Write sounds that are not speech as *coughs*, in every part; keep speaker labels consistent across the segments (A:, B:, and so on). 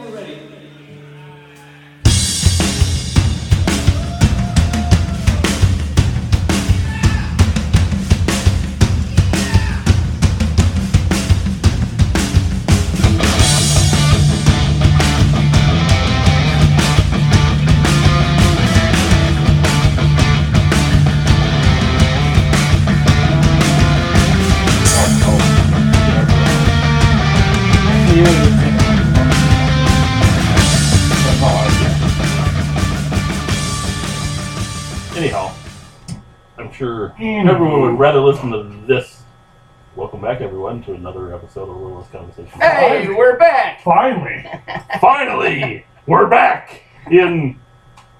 A: we're ready.
B: Anyhow, I'm sure everyone would rather listen to this. Welcome back, everyone, to another episode of Littlest Conversation.
C: Hey, we're back!
B: *laughs*
D: Finally.
B: Finally, we're back in.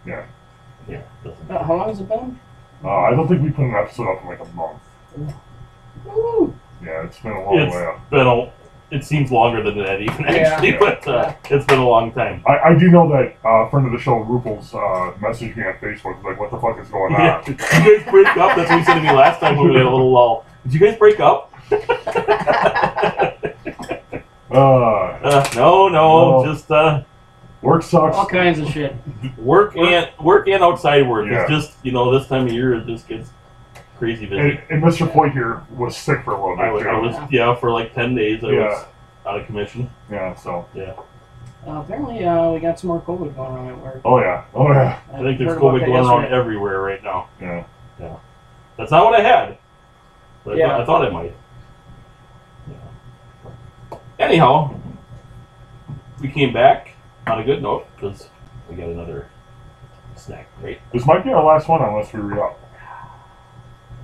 D: Yeah.
B: Yeah. listen.
C: Uh, how long has it been?
D: Uh, I don't think we put an episode up in like a month.
C: Woo.
D: Yeah, it's been a long
B: It's
D: way up.
B: been a. It seems longer than that, even actually,
D: Yeah.
B: but uh, it's been a long time.
D: *laughs* I, I do know that uh, a friend of the show, Rupel's, uh, messaged me on Facebook, like, what the fuck is going on?
B: Yeah. Did you guys break up? That's what you said to me last time when we had a little lull. Did you guys break up?
D: Uh,
B: Uh, no, no,
D: No.
B: just uh,
D: work sucks.
C: All kinds of shit.
B: work and work and outside work.
D: Yeah.
B: It's just you know this time of year it just gets crazy busy.
D: And, and Mr. Foyt here was sick for a little bit,
B: I was,
D: too.
B: I was yeah for like ten days. I was out of commission.
D: yeah, so.
C: Uh, apparently, uh, we got some more COVID going on at work.
D: Oh, yeah. Oh, yeah.
B: I think there's
C: heard about
B: COVID
C: that
B: going around
C: yesterday.
B: everywhere right now.
D: Yeah.
B: That's not what I had. But
C: Yeah.
B: I, thought, I thought it might. Yeah. Anyhow, we came back on a good note because we got another snack. Great.
D: This might be our last one unless we re up.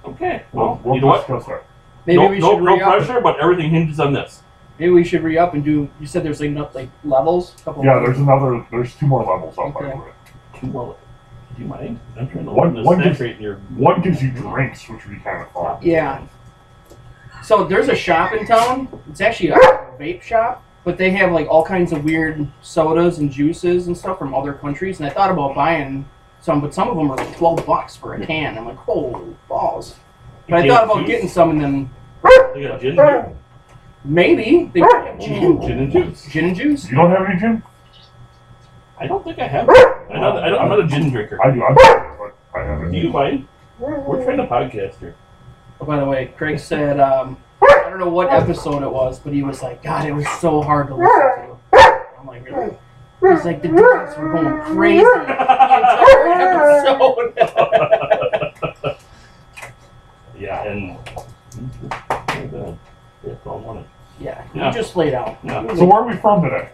B: Okay.
D: We'll,
B: Well,
D: we'll
B: you know what?
D: discuss that.
C: Maybe
B: no,
C: we
B: no,
C: should
B: no
C: re-up.
B: pressure, but everything hinges on this.
C: Maybe we should re-up and do. You said there's like no- like levels. Couple
D: Yeah,
C: levels.
D: there's another, there's two more levels up, by the
C: Okay.
D: way.
B: Two more. Do you mind? I'm trying to
D: One-
B: open this
D: one
B: snack
D: gives-
B: right here.
D: One gives you drinks, which would be kind of fun.
C: Yeah. So there's a shop in town. It's actually a vape shop, but they have like all kinds of weird sodas and juices and stuff from other countries. And I thought about buying some, but some of them are like twelve bucks for a can. I'm like, holy balls! But I thought about getting some and then
B: They got gin and
C: maybe they might have
B: juice. Ooh,
C: gin,
B: Gin and juice.
C: gin and juice.
D: You don't have any gin?
B: I don't think I have. I'm not, I don't, I'm not a gin drinker.
D: I do. I'm sorry, but I haven't.
B: Do you mind? We're trying to podcast *laughs* here.
C: Oh, by the way, Craig said, um, I don't know what episode it was, but he was like, God, it was so hard to listen to. I'm like, really? *laughs* He's like, the dogs were going crazy. the entire episode.
B: yeah, and yeah, that's all I wanted.
C: yeah, you
B: Yeah.
C: just laid out.
B: Yeah.
D: *laughs* So where are we from today?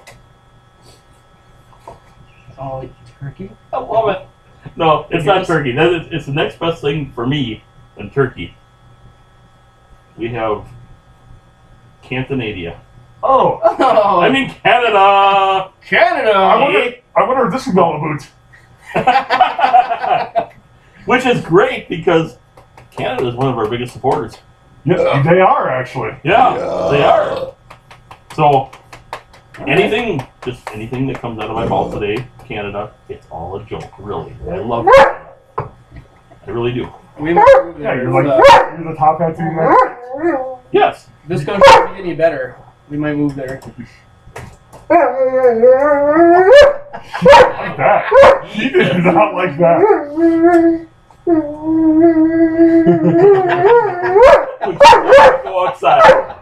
C: Oh, turkey?
B: I love it. No, it's not turkey. That is, it's the next best thing for me than turkey. We have Cantanadia.
D: Oh,
C: *laughs* Oh,
B: I'm in Canada.
C: Canada!
D: I wonder. I wonder if this is all about.
B: *laughs* Which is great because Canada is one of our biggest supporters.
D: Yes, they are actually.
B: Yeah, they are. So anything, just anything that comes out of my mouth today, Canada, it's all a joke, really. I love it. I really do.
C: We haven't proved
D: Yeah,
C: that
D: you're
C: it's,
D: like
C: uh,
D: you're the top hat to the United States.
B: Yes.
C: this country could be any better. We might move there.
D: Like that. He did not like *laughs* that.
B: Would you rather Go outside.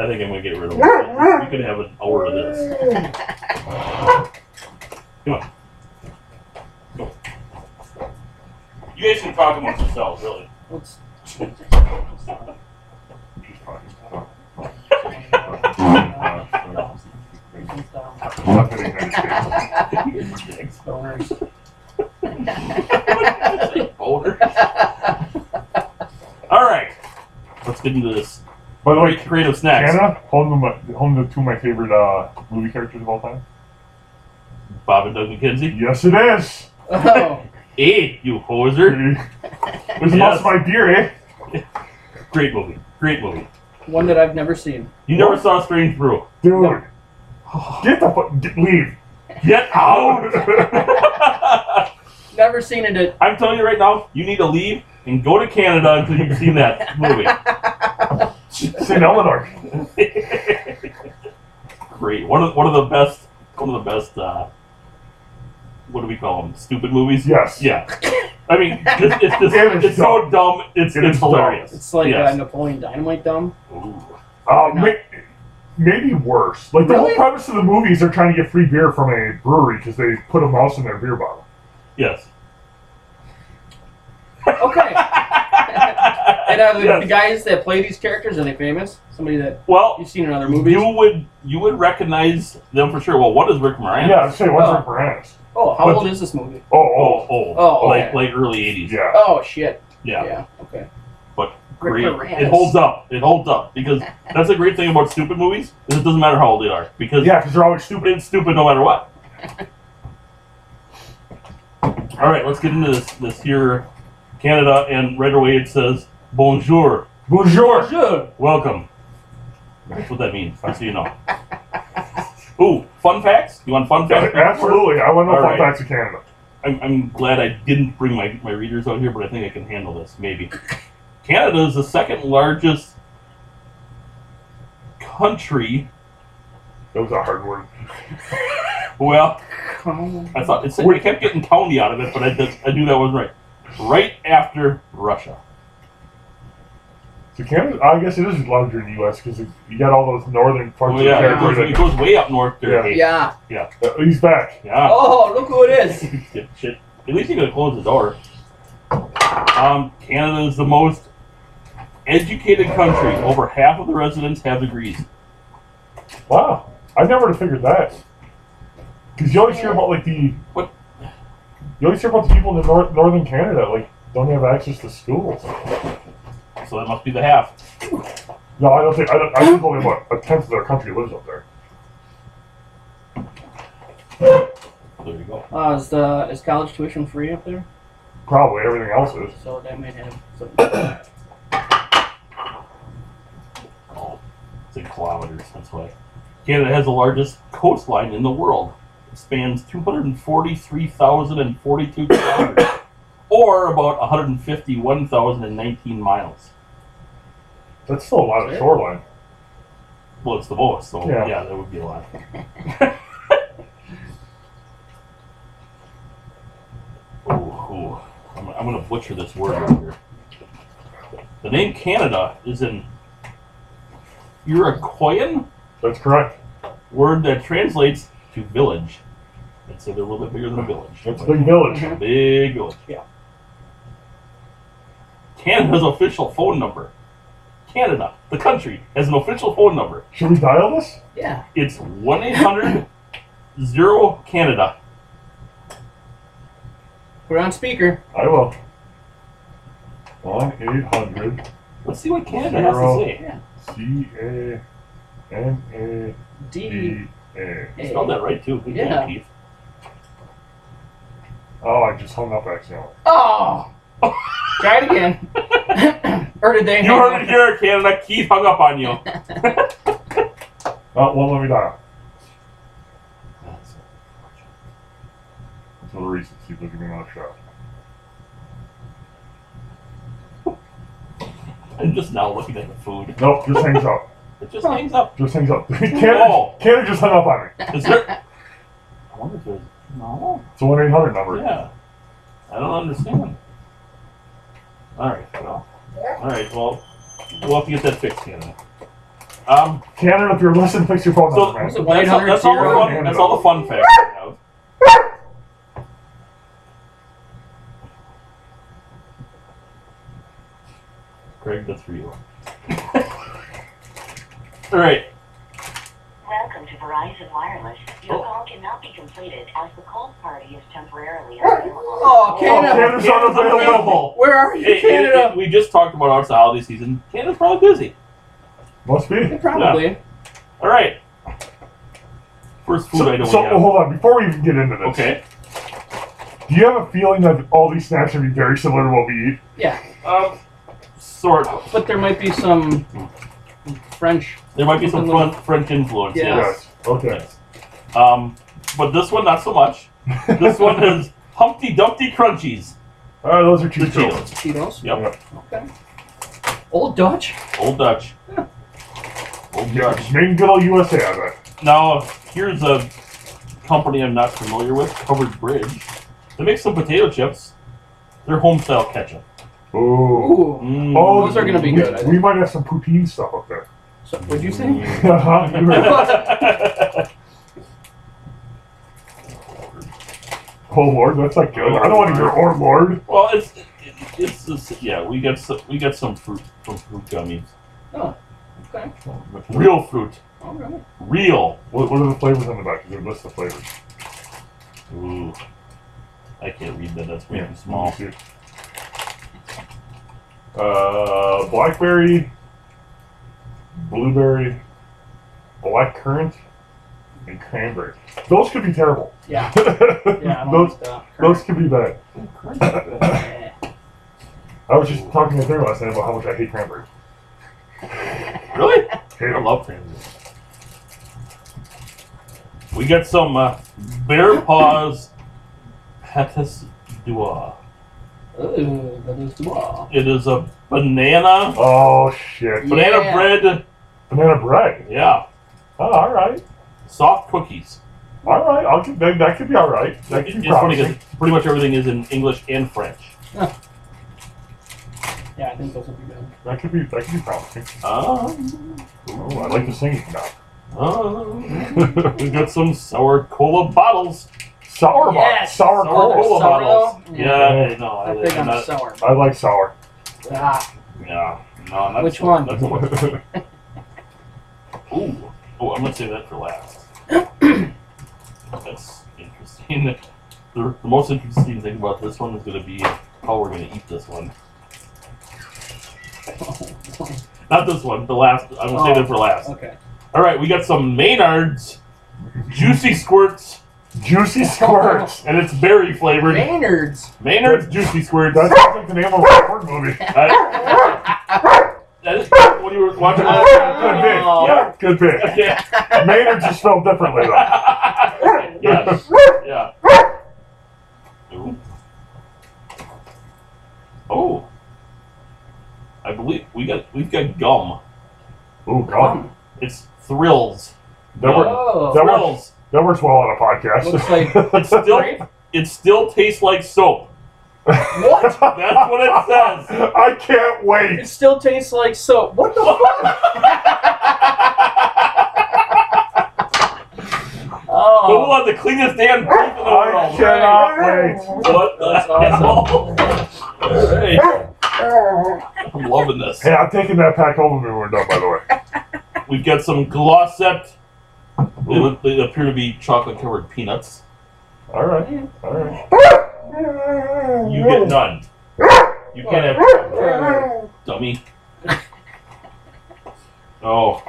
B: I think I'm gonna get rid of it. We could have an hour of this. You guys can talk amongst yourselves, really. *laughs*
C: Let's,
D: Not the United States.
B: *laughs*
C: boners.
B: brother. All right, let's get into this
D: By the
B: great
D: way,
B: creative snacks.
D: Anna, home to, my, home to two of my favorite uh, movie characters of all time.
B: Bob and Doug McKenzie.
D: Yes, it *laughs* is.
C: Oh,
B: Hey, you hoser!
D: It's must my dear, eh?
B: Great movie. Great movie.
C: one that I've never seen.
B: You never saw Strange Brew.
D: Dude,
C: No.
D: get the fuck, get, leave.
B: Get out!
C: Never seen it.
B: I'm telling you right now, you need to leave and go to Canada until you've seen that movie.
D: *laughs*
B: *laughs*
D: St. Eleanor.
B: Great. One of one of the best. One of the best. Uh, what do we call them? Stupid movies.
D: Yes.
B: Yeah. I mean, it's, it's, just-
D: It is
B: it's so dumb. It's
D: It
B: it's
D: is dumb.
B: hilarious.
C: It's like uh,
B: yes.
C: Napoleon Dynamite dumb.
B: Ooh.
D: Uh, ma- maybe worse. Like, the
C: Really?
D: whole premise of the movie is they're trying to get free beer from a brewery because they put a mouse in their beer bottle.
B: Yes. *laughs*
C: Okay. And uh, the,
B: Yes.
C: the guys that play these characters are they famous? Somebody that
B: Well,
C: you've seen in other movies?
B: you would you would recognize them for sure. Well, what is Rick Moranis?
D: Yeah, I'd say what's
C: Oh.
D: oh. Moranis.
C: Oh, how
B: But-
C: old is this movie?
D: Oh,
B: Oh,
D: oh,
B: oh,
C: Oh,
B: like
C: okay.
B: like early '80s.
D: yeah.
C: Oh shit.
B: yeah.
C: Yeah. Okay. Rick
B: great.
C: Moranis.
B: It holds up. It holds
C: *laughs*
B: up because that's the great thing about stupid movies is it doesn't matter how old they are because
D: Yeah, because they're always stupid.
B: it's stupid no
C: *laughs*
B: matter what. All right, let's get into this this here Canada and right away it says bonjour, *laughs*
D: Bonjour. *laughs*
C: Sure.
B: welcome. That's what that means, just so
C: *laughs*
B: you know. Ooh, fun facts? You want fun facts?
D: Absolutely. I want to know
B: All
D: fun
B: right.
D: facts of Canada.
B: I'm, I'm glad I didn't bring my, my readers out here, but I think I can handle this, maybe. Canada is the second largest country.
D: That was a hard word.
B: Well,
C: Come
B: I thought it's, I kept getting county out of it, but I, did, I knew that wasn't right. Right after Russia.
D: So Canada, I guess it is larger than the U.S. because you got all those northern parts
B: Oh, yeah, it
D: of the
B: goes,
D: territory.
B: it goes way up north there.
D: Yeah.
B: hey.
C: Yeah.
D: that- Uh, he's back.
B: Yeah.
C: Oh, look who it is.
B: *laughs* Shit, shit. At least you could close the door. Um, Canada is the most educated country. Over half of the residents have degrees.
D: Wow. I never would have figured that. Because you always hear about like the
B: What?
D: You always hear about the people in the nor- northern Canada like don't have access to schools.
B: So that must be the half.
D: No, I don't think I don't. I think only about a tenth of their country lives up there.
B: There you go.
C: Uh, is the is college tuition free up there?
D: Probably everything else is.
C: So *coughs* that might have something.
B: Oh, it's in kilometers. That's why. Canada has the largest coastline in the world. It spans 243,042 kilometers, or about 151,019 miles.
D: That's still a lot of shoreline.
B: Well, it's the most, so yeah,
D: Yeah.
B: that would be a lot. ooh, ooh. I'm, I'm going to butcher this word right here. The name Canada is an Iroquoian
D: That's correct.
B: word that translates to village. And so they're a little bit bigger than a village.
D: That's a big village.
C: Mhm.
B: Big village.
C: Yeah.
B: Canada's official phone number. Canada, the country, has an official phone number.
D: Should we dial this?
C: Yeah.
B: It's 1 800 0 Canada.
C: We're on speaker.
D: I will. One eight hundred
B: Let's see what Canada has to
D: Zero.
B: say.
D: C A N A
C: D.
D: D A.
B: You spelled that right too. Good job,
C: Yeah.
B: Keith.
D: Oh, I just hung up accidentally.
B: *laughs*
C: Oh. Try it again. *coughs* or did they?
B: You heard it here, Canada. Keith hung up on you.
D: *laughs* Oh, well, let me dial. That's another reason. See if they'll give me another shot.
B: I'm just now looking at the food.
D: Nope, just hangs up.
B: It just hangs up.
D: Just hangs up. *laughs*
B: Oh.
D: Canada, Canada just hung up on me. *laughs*
B: Is there? I wonder if there's no.
D: It's a 1 800 number.
B: Yeah, I don't understand. All right, well, all right, well, we'll have to get that fixed, Canada. Um,
D: Canada, if you're listening, fix your phone
B: So-
D: number, man.
C: So
B: that's all, that's all the fun. That's all the fun facts I have. Craig, that's for you. *laughs* all right.
E: Welcome to Verizon Wireless, your
B: Oh.
E: call cannot be completed as the cold party is temporarily unavailable.
C: Oh, Canada.
D: Canada's
B: Canada's
D: unavailable.
B: unavailable.
C: Where are you,
B: Hey, hey, hey,
C: Canada?
B: we just talked about our holiday season. Canada's probably busy.
D: Must be.
C: Probably.
B: All right. First food
D: So,
B: item
D: so oh,
B: we have.
D: hold on, before we even get into this,
B: Okay.
D: do you have a feeling that all these snacks would be very similar to what we eat?
C: Yeah,
B: Um, sort of.
C: but there might be some French.
B: There might be some French, French influence.
C: Yeah.
B: Yes.
D: Okay.
B: Yes. Um, but this one not so much. *laughs* This one is Humpty Dumpty Crunchies.
D: *laughs* All right, those are
B: The
D: two too.
B: Cheetos.
C: Cheetos.
B: Yep.
C: Okay. Old Dutch.
B: Old Dutch. Old
D: Yeah,
B: Dutch.
D: main good old USA on it.
B: Now here's a company I'm not familiar with, Covered Bridge. They make some potato chips. They're home style ketchup.
D: Ooh.
C: Ooh.
B: Mm.
D: Oh,
B: *laughs*
C: Those are gonna be
D: we,
C: good, I think.
D: We might have some poutine stuff up there. *laughs*
C: So, what'd you say?
B: Mm.
D: Uh-huh, you heard
B: *laughs*
D: it. oh Lord, that's not good. I don't want to hear oh Lord.
B: well, it's it's just, yeah. We got some, we got some fruit some fruit gummies.
C: Oh, okay.
B: Real fruit.
C: All right.
B: Real.
D: What, what are the flavors on the back? Is there a list of flavors?
B: Ooh. I can't read that. That's way
D: *laughs*
B: too small.
D: Uh, blackberry, blueberry, black currant, and cranberry. Those could be terrible. *laughs*
C: *laughs* Yeah. Yeah. I don't
D: those
C: like that.
D: those could be bad.
C: Yeah.
D: *laughs* I was just talking to her last night about how much I hate cranberry.
B: Really?
D: Hate
B: I
D: 'em.
B: love cranberries. We got some uh, bear paws petis dois.
C: Ooh, that is the wall.
B: It is a banana
D: Oh shit!
B: banana
C: Yeah.
B: bread.
D: Banana bread.
B: Yeah,
D: Oh, all right,
B: soft cookies.
D: all right. I'll keep that. That could be all right. That
B: It's
D: could be
B: funny because
D: promising.
B: pretty much everything is in English and French.
C: Yeah, I think those would be good.
D: That could be. That could be promising.
B: Um,
D: Oh, I like the singing now. *laughs*
B: um, we got some sour cola bottles.
D: Sour bo-
C: Yes,
D: Sour
C: sour
D: cola.
C: cola.
B: bottles.
C: though?
B: Yeah, no, I,
C: I think
B: I'm
C: I'm
B: not,
C: sour.
D: I like sour. *laughs*
C: Ah,
B: Yeah, no, that's
C: Which one?
B: That's one. Ooh. Oh, I'm gonna save that
C: *clears throat*
B: for last. That's interesting. *laughs* The, the most interesting thing about this one is gonna be how we're gonna eat this one. Not this one, the last. I'm gonna save it for last.
C: *laughs* Oh, okay.
B: All right, we got some Maynards, juicy squirts,
D: Juicy
B: *laughs*
D: squirts.
B: and it's berry flavored.
C: Maynard's.
B: Maynards juicy
C: *laughs*
B: squirts.
D: That sounds like the name of a horror movie.
B: I- that is what you were watching.
D: Good
C: Oh.
D: pick. Yeah, good pick.
C: *laughs*
B: Yeah.
D: Maynard's just spelled differently though.
B: yeah. Yeah. Ooh. Oh. I believe we got we've got gum.
D: Oh god.
B: It's thrills.
D: That, work,
C: Oh,
D: That works.
B: Thrills.
D: that works well on a
C: looks
D: podcast.
C: like
D: *laughs*
B: It's still
C: grape.
B: it still tastes like soap.
C: What?
B: That's what it says.
D: I can't
C: It
D: wait.
C: still tastes like soap. What the *laughs* fuck?
B: Put
C: oh,
B: on the cleanest damn teeth in the
D: I
B: world.
D: cannot wait.
B: What the
C: That's
B: hell? Alright. I'm loving this.
D: Hey, I'm taking that pack home when we're done, by the way.
B: We've got some glossept. They, look, they appear to be chocolate covered peanuts.
D: Alright. Alright.
B: You get none. You can't have
D: *laughs*
B: dummy. Oh.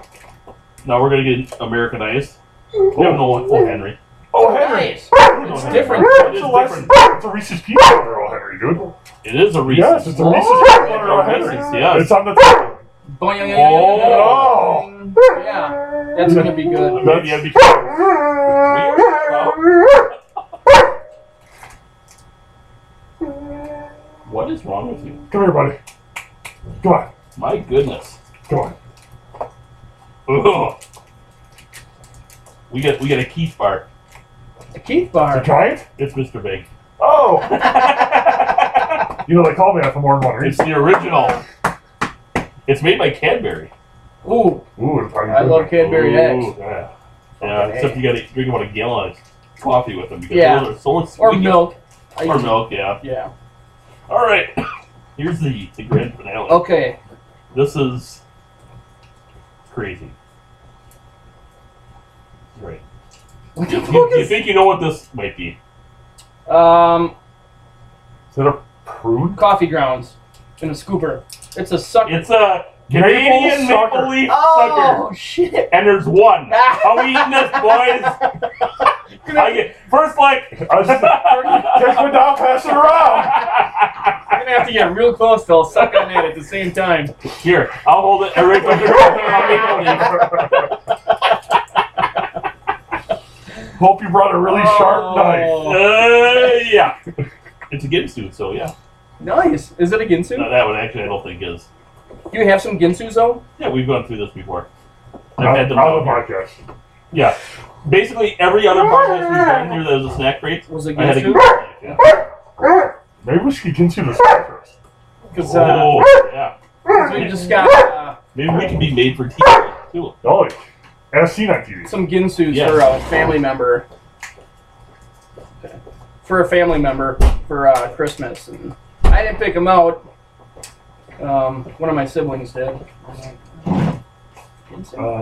B: Now we're gonna get Americanized. We have no Oh Henry.
D: Oh Henry!
C: nice.
D: Oh,
B: It's
D: Henry.
C: different.
B: It
D: It's,
B: is
D: a less-
B: different.
D: it's a Reese's peanut butter, oh Henry, dude.
B: It is a Reese's.
D: Yes, it's a
C: Oh.
D: Reese's
B: It's
D: peanut
B: a
D: butter, oh Henry.
B: Reese's, yes.
D: It's on the table.
C: Boing,
D: Oh.
C: Yeah, that's gonna be good.
B: Maybe I'd be Oh. What is wrong with you?
D: Come here, buddy. Come on.
B: My goodness.
D: Come on.
B: Ugh. We got we got a Keith bar.
C: A Keith
D: A
C: bar.
D: giant?
B: It's Mr.
D: *laughs*
B: Big.
D: Oh! You know, they call me that for more than one
B: It's
D: reason.
B: the original. It's made by Cadbury.
C: Ooh,
D: Ooh, it's probably
C: I
D: good.
C: love Cadbury
B: Ooh,
C: eggs.
B: Yeah. Yeah,
C: Fucking
B: except
C: A.
B: you gotta drink about a gallon of coffee with them because
C: Yeah.
B: those are so sweet.
C: Or milk. I
B: Or
C: usually-
B: milk, yeah.
C: Yeah.
B: All right. *coughs* Here's the, the grand finale.
C: Okay.
B: This is crazy. Right.
C: What
B: You,
C: the
B: you,
C: fuck
B: you
C: is?
B: think you know what this might be?
C: Um,
D: Is that a
B: *laughs*
D: prune?
C: coffee grounds in a scooper. It's a sucker.
B: It's a
D: Maple
B: Canadian maple,
D: sucker.
B: leaf sucker.
C: oh shit!
B: And there's one. How we eating this, boys? I get, first, like. *laughs*
D: I just, just went down, pass it around.
C: I'm gonna have to get real close to all suck on it at the same time.
B: Here, I'll hold it. Everybody, I'll make
D: *laughs*
B: a leaf.
D: Hope you brought a really sharp knife.
C: Oh.
B: Uh, yeah. It's a Ginsu, so yeah.
C: Nice. Is it a
B: No,
C: Ginsu?
B: that one actually I don't think is.
C: Do you have some Ginsu though?
B: Yeah, we've gone through this before. I've
D: Out
B: had them
D: of
B: out
D: my
B: here.
D: guess.
B: Yeah. Basically, every other podcast we've done here that was a snack crate,
C: Was it
B: I had a
C: Ginsu?
B: Yeah.
D: Maybe we should continue this podcast.
C: Because
B: Oh, yeah.
C: we just got uh,
B: Maybe we can be made for TV, too.
D: Oh, like, as seen on TV.
C: some Ginsus
B: Yes.
C: for a family member. For a family member for uh, Christmas, and I didn't pick them out. Um, one of my siblings did. Ginsu? I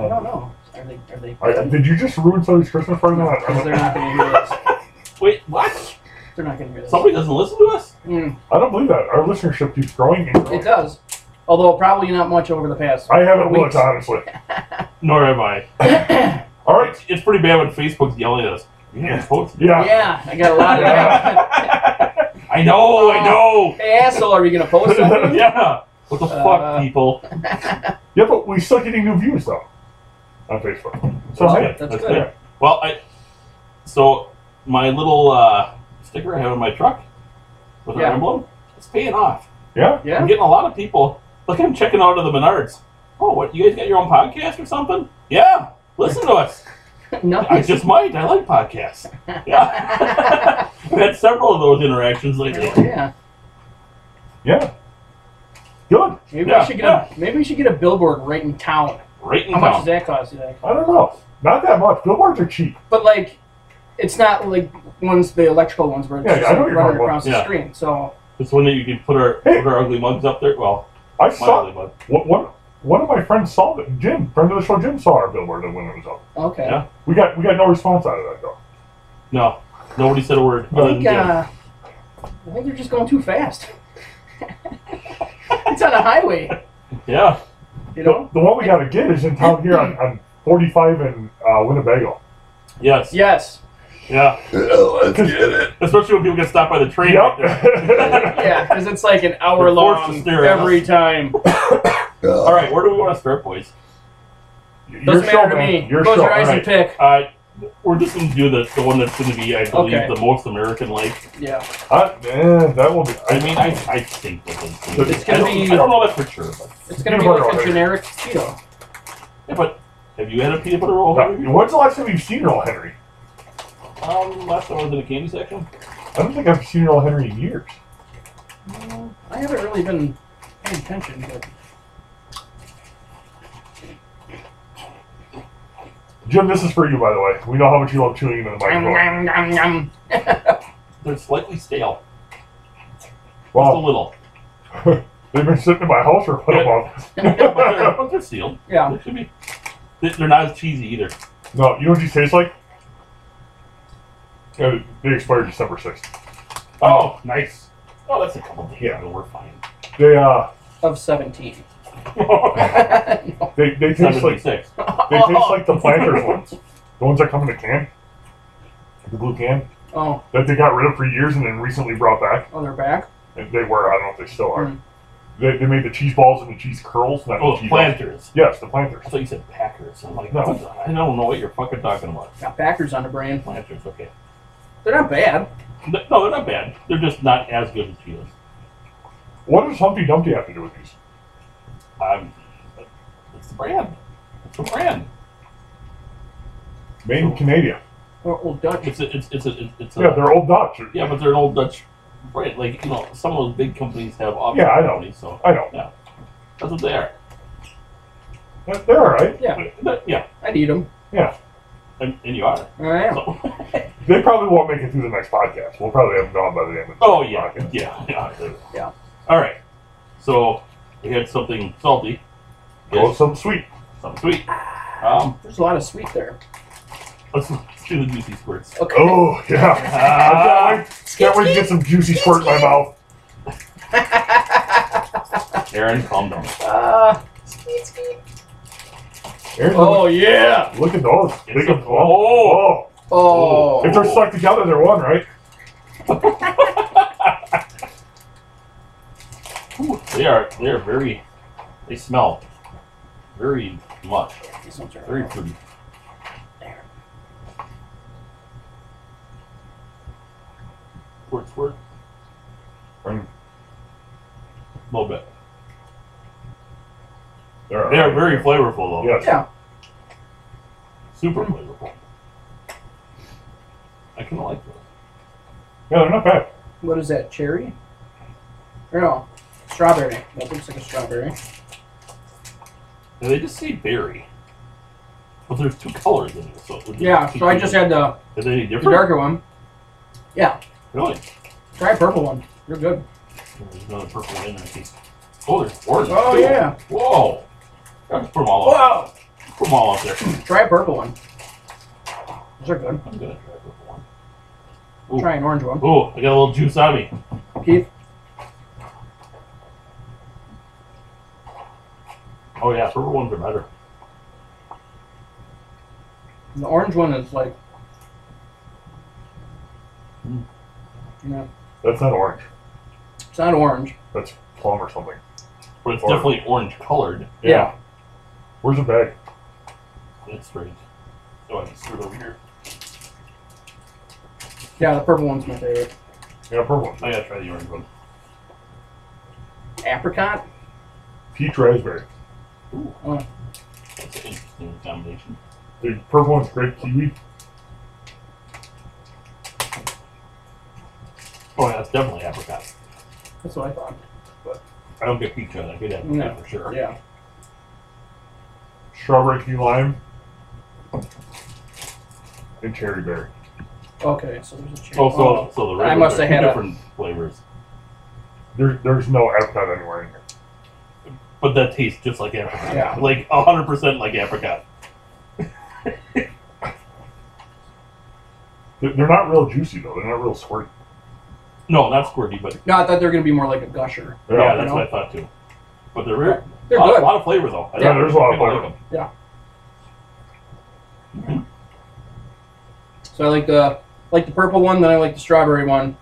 C: don't know. Are they? Are they?
D: I, did you just ruin somebody's Christmas present? I-
C: Because they're not
D: I,
C: going to hear this.
B: Wait, what?
C: They're not going to hear this.
B: Somebody doesn't listen to us?
C: Mm,
D: I don't believe that. Our listenership keeps growing and
C: it
D: growing.
C: does, although probably not much over the past.
D: I haven't
C: Weeks.
D: looked, honestly.
B: Nor have I.
D: All right.
B: It's, it's pretty bad when Facebook's yelling at us. You didn't
C: *laughs*
B: post it."
C: *coughs*
D: Yeah.
C: Yeah, I got a lot of that.
D: *laughs*
B: I know, I know.
C: Hey, asshole, are we going to post
D: *laughs*
C: something?
B: Yeah. What the
C: Uh,
B: fuck, people?
D: Yeah, but we still getting new views, though, on Facebook.
C: *laughs*
D: So,
C: That's
D: hey,
C: good. That's
B: That's
C: good.
B: good. Well, I so my little uh, sticker I have in my truck with
C: Yeah.
B: our emblem, it's paying off.
D: yeah.
C: Yeah.
B: I'm getting a lot of people. Look, I'm checking out of the Menards. Oh, what? You guys got your own podcast or something? Yeah, listen to us. I
C: Nice.
B: just might. I like podcasts. Yeah, *laughs* I've had several of those interactions lately.
C: Yeah.
D: Yeah. Good.
C: Maybe
B: Yeah,
C: we should get a maybe we should get a billboard right in town.
B: Right in
C: How much does
B: town.
C: that cost you? think?
D: I don't know. Not that much. Billboards are cheap.
C: But like, it's not like ones the electrical ones where it's
D: Yeah,
C: just
D: I know
C: like
D: what you're
C: running
D: talking
C: across the
B: about.
C: screen. So
B: It's one that you can put our
D: Hey.
B: put our ugly mugs up there. Well,
D: I
B: my
D: saw
B: ugly mug.
D: What, one one of my friends saw it. Jim, friend of the show, Jim saw our billboard when it was up.
C: okay.
B: Yeah.
D: We got we got no response out of that though.
B: No, nobody said a word.
C: I
B: other than
C: think
B: Jim.
C: uh, I think they're just going too fast. *laughs* it's on a highway,
B: yeah,
C: you
D: The,
C: know.
D: the one we got to get is in town here on, on 45 and uh, Winnebago.
B: yes,
C: Yes.
B: yeah.
F: Let's get it.
B: Especially when people get stopped by the train.
D: Yep.
B: right there. *laughs*
D: *laughs*
C: Yeah, because it's like an hour
B: They're forced to
C: long
B: stare at
C: every
B: us.
C: time.
B: All right, where do we want to start, boys?
C: Doesn't
D: show,
C: matter to
D: man.
C: me.
D: Your
C: Close
D: show.
C: your eyes
D: All
C: and
D: right.
C: pick.
B: Uh, we're just going to do the, the one that's going to be, I believe,
C: Okay.
B: the most American-like.
C: Yeah.
D: Uh, eh, that will be.
B: I mean, I, I think that
D: But
B: it's
D: it's
C: gonna
B: I don't,
C: be-
B: I don't know that for sure, but,
C: It's gonna
D: Peanut
C: be like
D: butter
C: a
D: already.
C: generic keto.
B: yeah, but have you had a peanut butter roll? Henry?
D: Uh, When's the last time you've seen Earl Henry?
B: Um, last time I was in a candy section.
D: I don't think I've seen Earl Henry in years.
C: I haven't really been paying attention, but
D: Jim, this is for you, by the way. We know how much you love chewing into the microphone.
B: They're slightly stale, just a
D: Well,
B: little,
D: they've been sitting in my house for about a
B: but they're,
D: month.
B: but they're sealed.
C: yeah.
B: They should be. They- They're not as cheesy either.
D: *laughs* no, you know what these taste like? Uh, They expired December 6th.
B: Oh, nice. Oh, that's a couple days
D: Yeah.
B: ago. We're
D: *laughs*
B: fine.
D: They uh,
C: Of seventeen. *laughs* Oh,
D: they, they taste like *laughs*
B: Seventy-six.
D: they taste like the planters ones, the ones that come in the can, the blue can
C: Oh,
D: that they got rid of for years and then recently brought back.
C: on their back.
D: And they were, I don't know if they still are.
C: Mm.
D: They, they made the cheese balls and the cheese curls. Not
B: Oh,
D: the cheese balls.
B: planters.
D: Yes, the planters.
B: I thought you said Packers. I'm like,
D: No.
B: what the- I don't know what you're fucking talking about.
C: Got backers on the brand.
B: Planters, okay.
C: They're not bad.
B: No, no, they're not bad. They're just not as good as Cheetos.
D: What does Humpty Dumpty have to do with these?
B: Um, it's the brand. It's the brand.
D: Made in Canada.
C: Or old Dutch.
B: It's a, it's it's a, it's a,
D: Yeah, they're old Dutch.
B: yeah, but they're an old Dutch brand. Like you know, some of those big companies have offshore
D: Yeah, I know.
B: companies, so
D: I know.
B: that's what they are.
D: They're- They're all right.
C: Yeah,
B: But, yeah,
C: I'd eat them.
B: and, and you are.
C: I am.
B: So. *laughs*
D: They probably won't make it through the next podcast. We'll probably have them gone by the end of the
B: Oh yeah,
D: podcast.
B: yeah, yeah, they-
C: Yeah.
B: All right, so we had something salty,
D: Go with something sweet.
B: something sweet. Um,
C: There's a lot of sweet there.
B: Let's, let's do the juicy squirts.
C: Okay.
D: Oh *laughs* yeah.
B: Ah.
D: I can't wait, can't wait to get some juicy squirt in my mouth.
B: Aaron, calm down.
C: *laughs* Uh,
D: Aaron,
C: oh yeah.
D: look at those. They
B: It's
D: can,
B: a-
D: oh,
C: Oh.
D: if they're stuck together, they're one, right?
B: Ooh, they are they are very they smell very much.
C: These ones are
B: Very pretty.
C: There.
B: Squirt squirt.
D: Mm.
B: A little bit.
D: They're,
B: They are very flavorful though.
D: Yes.
C: Yeah.
B: Super flavorful. I kinda like those.
D: Yeah, they're not bad.
C: What is that? Cherry? Or no, strawberry. That looks like a strawberry.
B: And they just say berry. But there's two colors in it, so it would be-
C: Yeah. So I just had the,
B: Is it any
C: the
B: different?
C: darker one.
B: Really?
C: Try a purple one. You're good.
B: There's another purple one in there. I think. Oh, there's orange.
C: Oh,
B: too.
C: yeah.
B: Whoa. Gotta put them all up.
D: Oh.
C: Whoa!
B: Put them all up there.
C: Try a purple one. Those are good.
B: I'm gonna try purple one.
C: Try an orange one.
B: Oh, I got a little juice on me.
C: Keith,
B: Oh yeah, purple ones are better.
C: the orange one is like.
B: Mm.
C: No,
D: That's not orange.
C: it's not orange.
D: That's plum or something.
B: But it's
D: Orange.
B: definitely orange colored.
C: Yeah.
D: Where's the bag?
B: That's strange. Oh, I can screw it over here.
C: Yeah, the purple one's my favorite.
D: Yeah, purple.
B: I gotta try the orange one.
C: Apricot?
D: Peach raspberry.
B: Ooh.
C: Oh.
B: That's an interesting combination.
D: The purple one's grape kiwi.
B: Oh yeah, it's definitely apricot.
C: That's what I thought.
B: I don't get peach on it. I get apricot
C: No.
B: for sure.
C: Yeah.
D: strawberry key lime, and cherry berry.
C: Okay, so there's a cherry.
B: Oh, so, so the
C: I
B: red ones
C: must
B: are
C: have
B: two
C: had a-
B: different flavors.
D: There, there's no apricot anywhere in here.
B: But that tastes just like apricot.
C: Yeah.
B: *laughs* Like 100% like apricot.
D: They're, they're not real juicy though. They're not real squirty.
B: No, not squirty, but
C: No, I thought they were going to be more like a gusher.
D: They're
B: yeah,
D: not-
B: that's
C: no.
B: what I thought too. But they're very,
C: They're
B: a, lot,
C: good.
B: a lot of flavor though. I
D: Yeah,
B: don't-
D: there's a lot of
B: people like
D: flavor.
B: them.
C: So I like the like the purple one, then I like the strawberry one,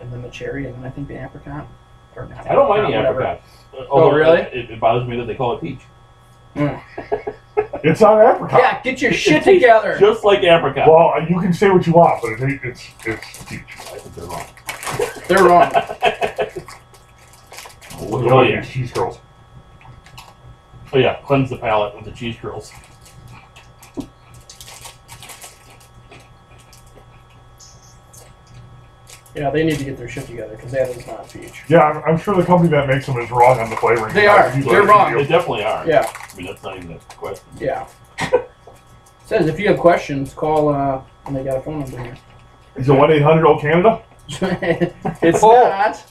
C: and then the cherry, and then I think the apricot. Or not
B: I don't mind the
C: apricot, whatever. Oh,
B: apricot. Although
C: really?
B: It, it bothers me that they call it peach.
D: It's not apricot.
C: Yeah, get
B: *laughs*
C: your
B: It
C: shit
B: tastes
C: together.
B: Just like apricot.
D: Well, uh, you can say what you want, but it, it's it's peach.
B: I think they're wrong.
C: They're wrong.
B: Oh,
D: They're like
B: yeah.
D: these cheese girls.
B: Oh yeah, cleanse the palate with the cheese curls.
C: Yeah, they need to get their shit together because that is not peach.
D: Yeah, I'm, I'm sure the company that makes them is wrong on the flavoring.
C: They are.
D: You
C: They're
D: like
C: wrong.
B: They
D: it.
B: definitely are.
C: Yeah,
B: I mean, that's not even a question.
C: yeah. *laughs* Says if you have questions, call. uh And they got a phone number here.
D: Is it one eight hundred O Canada?
C: *laughs* it's *laughs*
D: Oh.
C: not.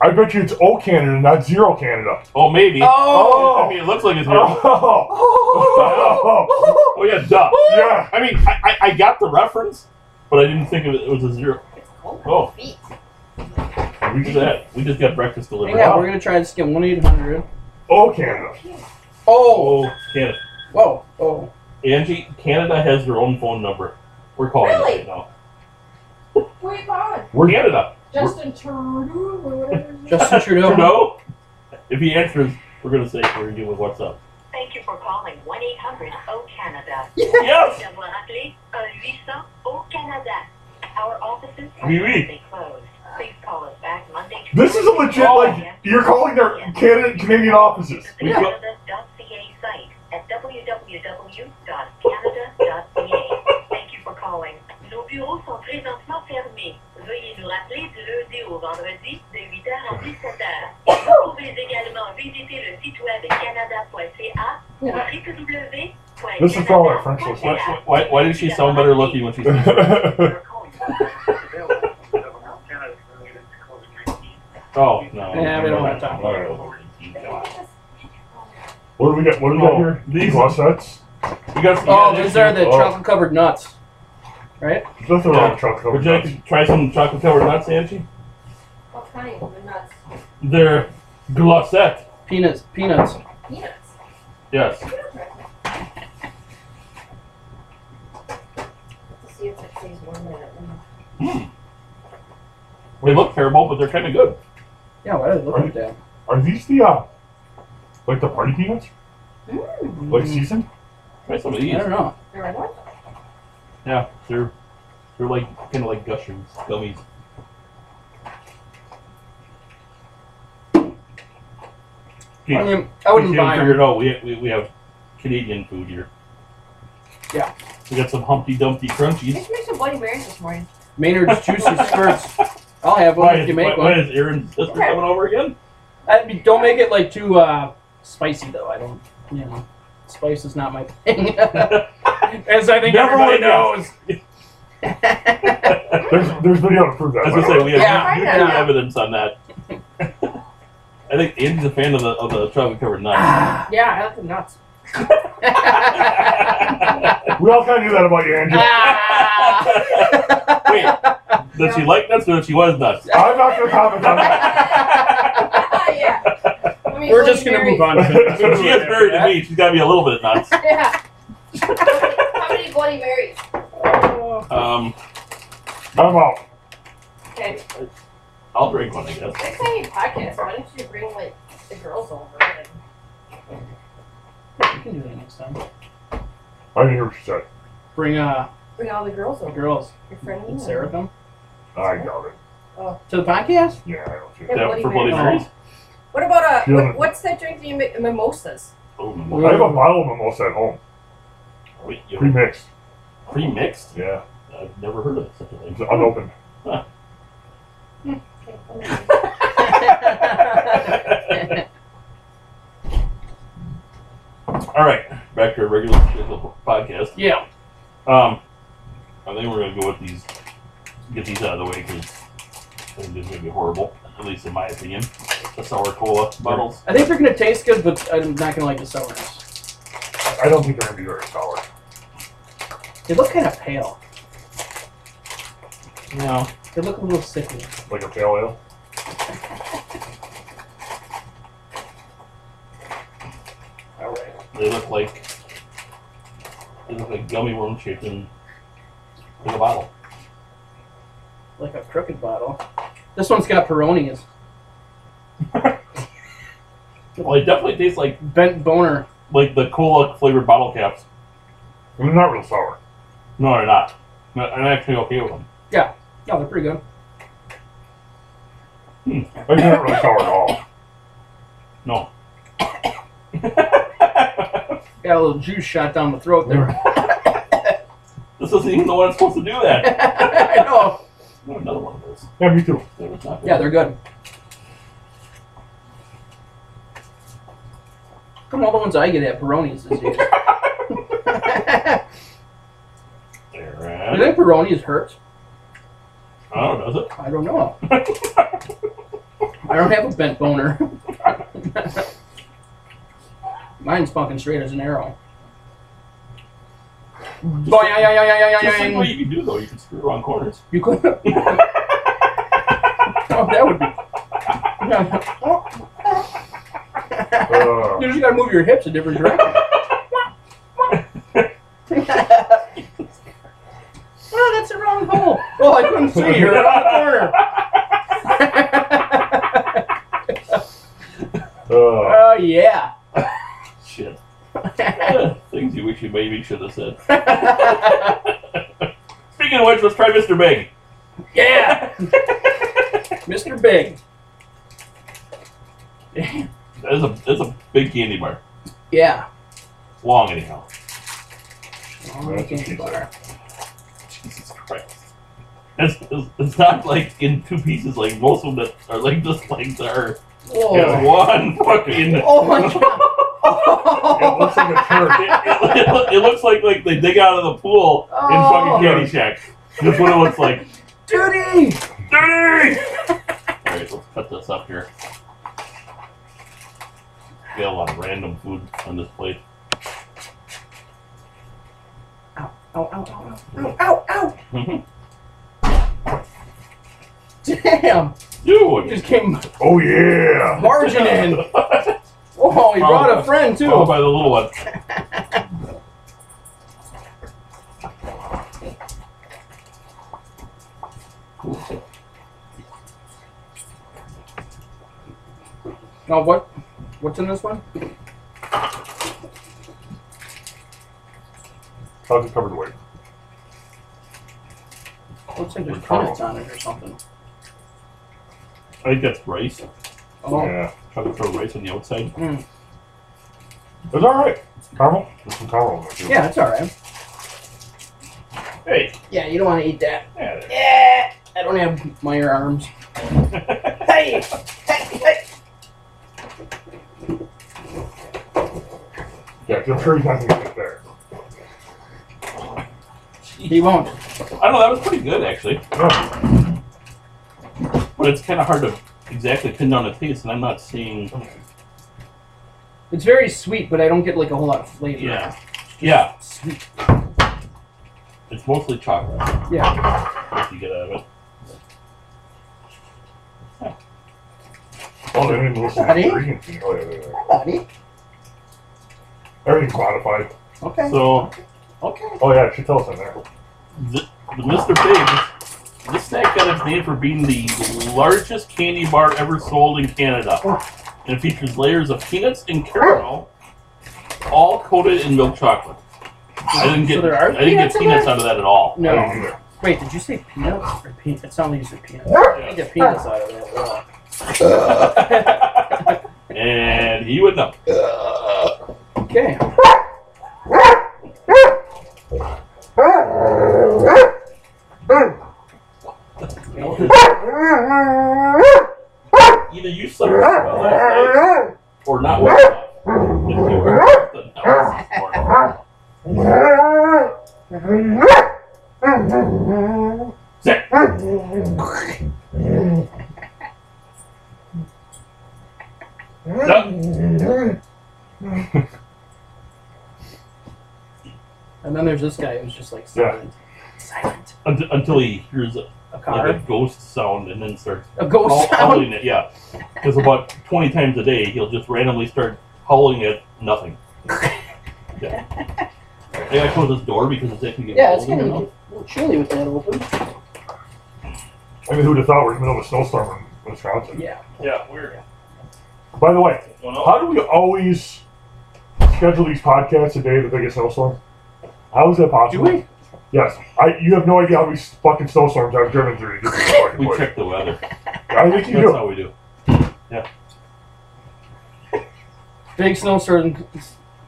D: I bet you it's O Canada, not zero Canada.
B: Oh, maybe.
C: Oh.
B: I mean, it looks like it's real.
D: Oh,
B: Oh yeah, duh.
D: yeah.
B: I mean, I, I, I got the reference, but I didn't think of it, it was a zero.
F: It's cold on
B: Oh.
F: my feet.
D: We
B: Look at
D: should have
B: that. We just got breakfast delivered. Oh,
C: Hang on, we're gonna try this again. One eight hundred.
D: O Canada.
C: Oh,
B: Oh, Canada.
C: whoa, oh.
B: Angie, Canada has their own phone number. We're calling
F: Really?
B: it right now.
F: Wait, on.
B: We're Canada.
F: Justin Trudeau or whatever. his name
C: *laughs*
F: is.
C: Justin Trudeau.
B: No. If he answers, we're gonna say we're doing what's up.
E: Thank you for calling 1 800 O Canada.
B: Yes.
E: D'avoir appelé un 800 au Canada. Our offices are
B: Oui, oui.
E: currently closed. Please call us back Monday. to
D: This is a legit
E: Friday.
D: like you're calling their Canada, Canadian offices.
E: The
B: We go-
E: Canada.ca site at www.canada.ca. Thank you for calling. Nos bureaux sont présentement fermés. Veuillez nous rappeler du lundi au vendredi de 8h à 17h. Vous pouvez également visiter le site web canada.ca ou www.canada.ca.
D: This is all our French was.
B: Why, why, why did she sound better looking when she said
C: *laughs*
B: Oh, no.
C: Yeah, we don't have time.
B: Alright.
D: what do we got? What do we got here?
B: These-
D: These sets.
B: You got some.
C: Oh, these are the
D: Oh.
C: chocolate covered nuts. Right?
D: There's nothing wrong with chocolate covered
B: Would you like
D: nuts.
B: to try some chocolate covered nuts, Angie?
F: What kind? The nuts.
B: They're glacette.
C: Peanuts. Peanuts.
F: Peanuts.
B: Yes.
F: To see if it stays warm in it.
B: They look terrible, but they're kind of good.
C: Yeah, why do they look like that?
D: Are these the uh, like the party peanuts?
F: Mm.
D: Like seasoned?
B: Try some of
C: I
B: these.
C: don't know.
F: The red one?
B: Yeah, they're they're like kind of like gushers, gummies.
C: I
B: Yeah.
C: mean, I wouldn't
B: we can't
C: buy
B: figure
C: them.
B: it out. We, we, we have Canadian food here.
C: Yeah.
B: We got some Humpty Dumpty
F: I
B: Crunchies.
F: just made some Bloody Marys this *laughs* morning.
C: Maynard's juicy *laughs* spurts. I'll have one
B: Why
C: if
B: is,
C: you
B: why,
C: make
B: why
C: one.
B: is Aaron's sister coming over again?
C: I'd be, don't make it like too uh, spicy though. I don't. You know, spice is not my *laughs* thing. As I think
B: Never
C: everybody
B: would have.
C: knows.
D: There's there's video to prove that.
B: As I say, we have
C: Yeah.
B: new new evidence on
C: *laughs*
B: that. I think Andy's a fan of the of the chocolate
C: *laughs*
B: covered nuts.
F: *laughs* Yeah, I like the nuts.
D: we all kind of knew that about you,
C: *laughs*
D: Andrew.
C: Ah.
B: Wait, does she like nuts or does she was nuts?
D: I'm not gonna comment on that.
F: Ah, yeah. I mean,
C: We're
F: Bloody
C: just gonna
F: Marys.
C: move on.
B: *laughs* She is married to me. She's got to be a little bit nuts. *laughs*
F: Yeah. How many Bloody Marys?
B: Um,
D: I'm out.
F: Okay.
B: I'll drink one, I guess.
F: Next time you podcast, why don't you bring like the girls over? And...
C: We can do that next time.
D: I didn't hear what you said.
C: Bring uh,
F: Bring all the girls
C: the
F: over.
C: girls.
F: Your friend
C: Did Sarah come
D: I doubt it.
C: to the
F: *laughs*
C: podcast?
D: Yeah, I don't see it.
F: Yeah,
B: That
F: Bloody
B: for Bloody
C: Mary.
B: Marys.
F: What about a
D: Yeah.
F: what, what's that drink that you make? Mimosas.
B: Oh,
C: Well,
D: I have a bottle of mimosa at home,
B: wait, you-
D: pre-mixed.
B: pre-mixed?
D: Yeah,
B: I've never heard of such a
D: it's *laughs*
B: thing.
D: unopened.
B: All right, back to our regular schedule podcast.
C: yeah.
B: Um, I think we're gonna go with these, get these out of the way because I think this is gonna be horrible, at least in my opinion. The sour cola bottles.
C: I think they're gonna taste good, but I'm not gonna like the sourness.
D: I don't think they're gonna be very sour.
C: They look kind of pale.
B: No.
C: They look a little sickly.
D: Like a pale ale.
C: All right.
B: They look like they look like gummy worm shaped in, in a bottle.
C: Like a crooked bottle. This one's got Peroni's.
B: Well, it definitely tastes like
C: Bent boner.
B: like the cola flavored bottle caps.
D: They're not real sour.
B: No, they're not. No, I'm actually okay with them.
C: No, they're pretty good.
D: Like they're not really sour at all.
B: No. *coughs*
C: Got a little juice shot down the throat there.
B: This isn't even the one that's supposed to do
C: *laughs*
B: that.
C: I know.
B: I want Another one of those.
D: Yeah, me too.
B: They're not good.
C: Yeah, they're good. Come all the ones I get at Peroni's this year. Do
B: They're,
C: you
B: uh,
C: think Peroni's hurts?
B: oh, does it?
C: I don't know. I don't have a bent boner. Mine's fucking straight as an arrow. Boing, yeah, yeah, yeah, yeah, yeah,
B: Just
C: yeah,
B: like what
C: yeah.
B: you can do though, you can screw around corners.
C: You could. *laughs* oh, that would be.
D: Uh,
C: You just gotta move your hips a different
B: *laughs*
C: direction. *laughs* oh, that's a wrong hole. Oh, I couldn't see. You're around the *laughs* corner.
D: uh,
C: Oh, yeah. *laughs*
B: Shit. Eh, Things you wish you maybe should have said. Speaking of which, let's try Mr. Big.
C: *laughs* yeah. Mr. Big.
B: That is a that's a big candy bar.
C: Yeah.
B: Long anyhow. *laughs*
C: Oh, candy bar.
B: Jesus Christ. It's, it's, it's not like in two pieces like most of them that are like just like they're it's
C: Whoa.
B: one fucking
C: Oh, my God.
D: it looks like a turd.
B: *laughs* it, it, it looks like like they dig out of the pool in
C: Oh.
B: fucking Candy Shack. That's what it looks like. *laughs*
C: Duty.
B: Dirty. All right, let's cut this up here. *laughs* We got a lot of random food on this plate.
C: Oh, Ow, ow, ow, ow, ow, ow, ow. Damn!
B: Dude.
C: Just came
D: Oh yeah.
C: *laughs* barging in.
B: *laughs*
C: Whoa, he brought a friend too.
B: Followed Oh, by the little one.
C: Now what? What's in this one?
D: How's it covered away?
C: Looks like there's peanuts on it or something.
B: I think that's rice.
C: Oh,
D: Yeah.
B: Try to throw rice on the outside.
C: mm.
D: It's all right. Caramel. There's some caramel in there too.
C: yeah, it's all right.
B: Hey.
C: Yeah, you don't want to eat that.
B: Yeah, there.
C: Yeah, I don't have Meyer arms. hey, hey, hey.
D: Yeah. 'cause I'm sure he's not gonna get there.
C: He won't.
B: I don't know, that was pretty good actually.
D: No.
B: But it's kind of hard to exactly pin down a taste, and I'm not seeing.
C: It's very sweet, but I don't get like a whole lot of flavor.
B: Yeah. Yeah,
C: Sweet.
B: it's mostly chocolate
C: Yeah.
B: that you get out of it.
D: Oh, they didn't listen to the
C: Honey?
D: ingredients. Oh, yeah, yeah, yeah.
C: Honey.
D: Everything's modified.
C: Okay.
B: So,
C: okay.
D: Oh yeah, it should tell us in there.
B: the, the Mr. Big, this snack got its name for being the largest candy bar ever sold in Canada. And it features layers of peanuts and caramel, all coated in milk chocolate. I didn't
C: So
B: get,
C: there are
B: I didn't
C: peanuts
B: get
C: in
B: peanuts
C: there?
B: out of that at all.
D: I
C: No.
D: don't either.
C: Wait, did you say peanuts or peanuts? It sounded like you said peanuts. I
B: Yeah.
C: get peanuts out of that. Wow.
B: *laughs* and you would know.
C: Okay.
B: Either you slept well last night or not well enough. If you were something else this morning. Zach, Zach,
C: And then there's this guy who's just like
D: Yeah.
C: silent. Silent.
B: unt- Until he hears a,
C: A car.
B: like a ghost sound and then starts
C: a ghost
B: howl-
C: sound.
B: howling it. Yeah, because about twenty times a day he'll just randomly start howling at
C: *laughs*
B: nothing. Yeah. Hey, I close this door because it's actually getting
C: Yeah, it's
B: cold
C: gonna
B: in
C: be
B: here now.
C: a little chilly with that open.
D: I mean, who'd have thought we're in the middle of a snowstorm in Wisconsin?
C: Yeah.
B: Yeah, weird.
D: By the way,
B: One
D: how do we always schedule these podcasts the day of the biggest snowstorm? How is that
C: Do
D: possible?
C: we?
D: Yes. I. You have no idea how many fucking snowstorms I've driven through. to get to this fucking
B: We
D: place.
B: check the
C: *laughs*
B: weather.
D: I think
B: That's
D: you do.
B: *laughs* how we do.
C: Big snowstorm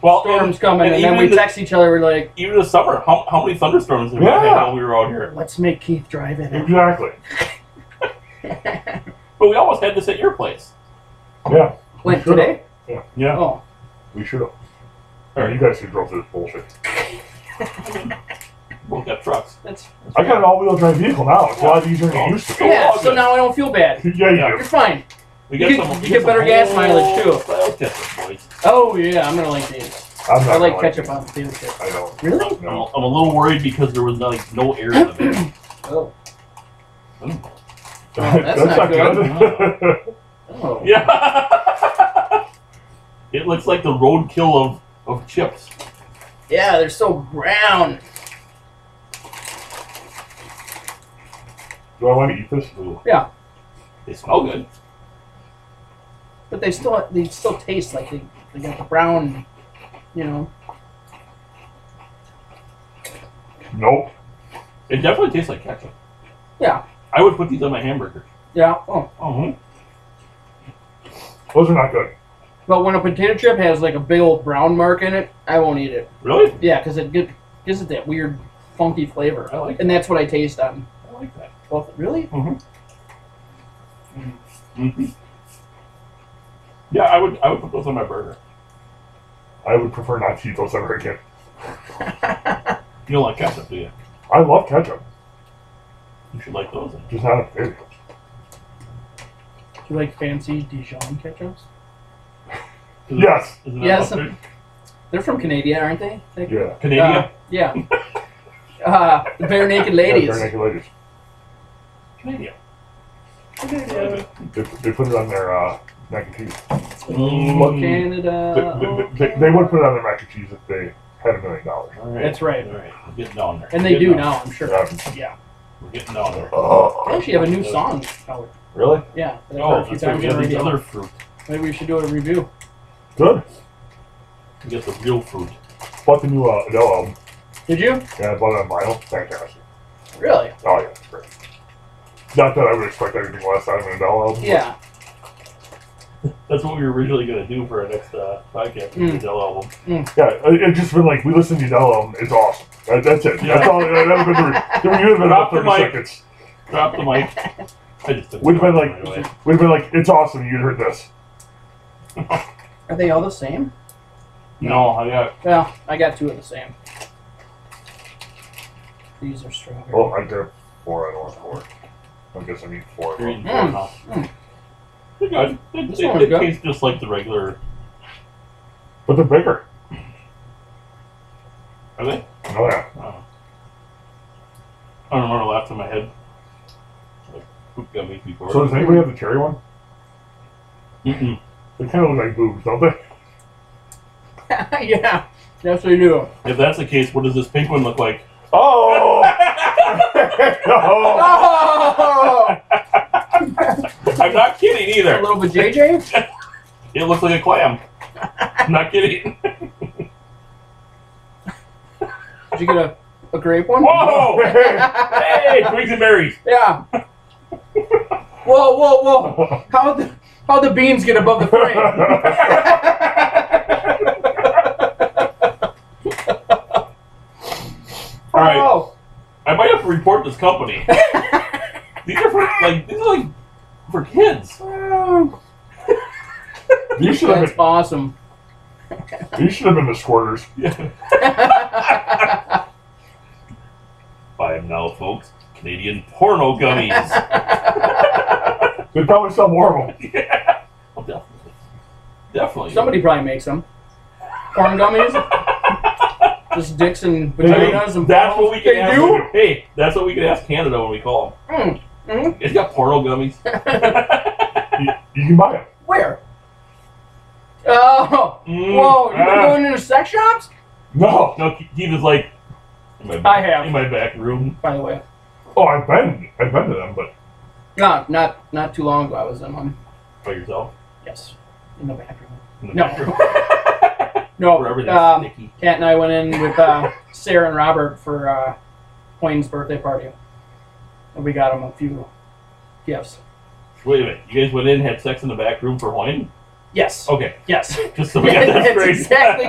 B: Well,
C: storms
B: and-
C: coming, and,
B: even
C: then we
B: the-
C: text each other. We're like,
B: even this summer, how, how many thunderstorms did we have
D: Yeah.
B: while we were out here?
C: let's make Keith drive in. it."
D: Exactly.
B: But we almost had this at your place.
D: Yeah.
C: Wait,
D: Sure.
C: today?
B: Yeah.
C: Oh,
D: We should have. All right, you guys should drove through this bullshit.
B: Both got trucks.
C: that's.
D: I got an all-wheel drive vehicle now. It's a lot easier than it used to be.
C: Yeah.
B: all
C: So
B: good.
C: now I don't feel bad.
D: Yeah, you
C: You're fine.
B: We
C: You get- you get better gas mileage, too.
B: Well, Texas boys.
C: Oh yeah, I'm gonna like these.
D: do. I'm not
C: I like
D: gonna
C: ketchup
D: you.
C: on the potato chip.
D: I don't.
C: Really?
B: I'm,
D: No.
B: a- I'm a little worried because there was like no air in the Hmm. van.
C: Oh.
D: *laughs*
C: that's not
B: good.
C: Oh.
B: yeah. *laughs* it looks like the roadkill of, of chips.
C: Yeah, they're so brown.
D: do I want to eat this?
B: Ooh.
C: Yeah.
B: They smell good.
C: But they still they still taste like they, they got the brown, you know.
D: Nope.
B: It definitely tastes like ketchup.
C: Yeah.
B: I would put these on my hamburger.
C: Yeah. Oh.
B: Oh.
D: Those are not good.
C: But when a potato chip has like a big old brown mark in it, I won't eat it.
B: Really?
C: Yeah, because it get, gives it that weird funky flavor.
B: I like
C: and that's what I taste on.
B: I like that.
C: Well, *laughs* really?
B: hmm Yeah, I would. I would put those on my burger.
D: I would prefer not to eat those ever again.
B: You don't like ketchup, do you?
D: I love ketchup,
B: You should like those.
D: just not a favorite.
C: Do you like fancy Dijon ketchups?
B: Isn't-
D: Yes.
B: Isn't that
C: Yes.
B: mustard?
C: They're from Canada, aren't they? Like, uh,
D: Yeah.
B: Canada.
C: Yeah. Uh, the bare naked ladies.
D: Yeah, bare naked ladies.
B: *laughs* Canadian.
D: They, they put it on their uh, mac and cheese.
C: Well,
B: Mm.
C: Canada.
D: They, they, they, they would put it on their mac and cheese if they had a million dollars.
B: All right.
C: That's right.
B: All right. We're getting down there.
C: And
B: We're
C: they
B: getting
C: do
B: down.
C: now, I'm sure.
D: Um, uh,
C: Yeah.
B: We're getting down
D: Oh,
B: there.
C: They actually have a new song. Howard.
G: Really?
C: Yeah. that I've heard
B: Oh,
C: a few
B: that's right.
C: times
B: We
C: on
B: have these
C: radio.
B: other fruit.
C: Maybe we should do a review.
D: good.
B: We get the real fruit.
D: Bought the new uh, Adele album.
C: Did you?
D: Yeah, I bought it on vinyl. Fantastic.
C: Really?
D: Oh, yeah, it's great. Not that I would expect anything less out of an Adele album. but
C: Yeah.
B: That's what we were originally going to do for our next uh, podcast, the
C: Mm.
B: Adele album.
D: Yeah, it- it's just been like we listen to Adele album. It's awesome. That, that's it.
B: Yeah.
D: That's all. That would have been the re- the review would have been about
B: Drop the
D: thirty
B: mic.
D: seconds.
B: Drop
C: *laughs*
B: the mic. I just took the
D: We'd have been
B: mic right away.
D: like, we'd have been like, it's awesome. You heard this.
C: Are they all the same?
B: no, I got
C: Well, I got two of the same. These are strawberry.
D: Oh, I got four. I don't want four. I guess I mean four.
B: three and
C: Mm.
B: four now.
C: Mm.
B: They're good. It,
C: This
B: it,
C: one's
B: it
C: good.
B: tastes just like the regular.
D: But they're bigger.
B: Are they?
D: Oh yeah.
B: Oh. I don't remember left in my head. Like, poop got me before.
D: So does anybody have the cherry one?
B: Mm-mm.
D: They kind of look like boobs, don't they?
C: *laughs* yeah. Yes, they do.
B: If that's the case, what does this pink one look like? *laughs*
D: Oh. oh.
C: Oh!
B: I'm not kidding
C: a
B: either.
C: little bit JJ?
B: It looks like a clam. *laughs* I'm not kidding.
C: Did you get a, a grape one?
B: Whoa! Hey, twigs and berries.
C: *laughs*
B: *laughs*
C: Yeah. Whoa, whoa, whoa. How'd the, how'd the beans get above the frame?
B: All right.
C: Oh,
B: I might have to report this company. these are for like these are like for
D: *laughs*
B: kids. *laughs*
D: you should have
C: that's
D: been.
C: awesome. *laughs*
D: You should have been the squirters.
B: Buy them now, folks. Canadian
C: *laughs*
B: porno gummies.
D: They probably sell more of them.
B: Oh, definitely, definitely.
C: Somebody probably makes them. Corn gummies? Just dicks and
B: I mean,
C: vaginas and
B: that's what we can
C: They
B: ask.
C: do?
B: Hey, that's what we can ask Canada when we call.
C: Mm.
B: them. It's got porno gummies.
D: You can buy them.
C: Where? Oh,
B: Mm.
C: whoa! You've been
B: Ah.
C: going into sex shops?
D: No.
B: No, he- he was like. In my
C: I have.
B: in my back room.
C: By the way,
D: Oh, I've been. I've been to them, but
C: no, not not too long ago. I was in one.
B: by yourself.
C: Yes, in the bathroom.
B: In the
C: No. *laughs*
B: back room.
C: No,
B: Wherever that's
C: um,
B: sticky.
C: Kat and I went in with uh, *laughs* Sarah and Robert for uh, Wayne's birthday party, and we got him a few gifts.
B: Wait a minute. You guys went in, had sex in the back room for Hawaiian?
C: Yes,
B: Okay. *laughs*
C: yes. *laughs*
B: Just so we got that
C: That's
B: straight.
C: exactly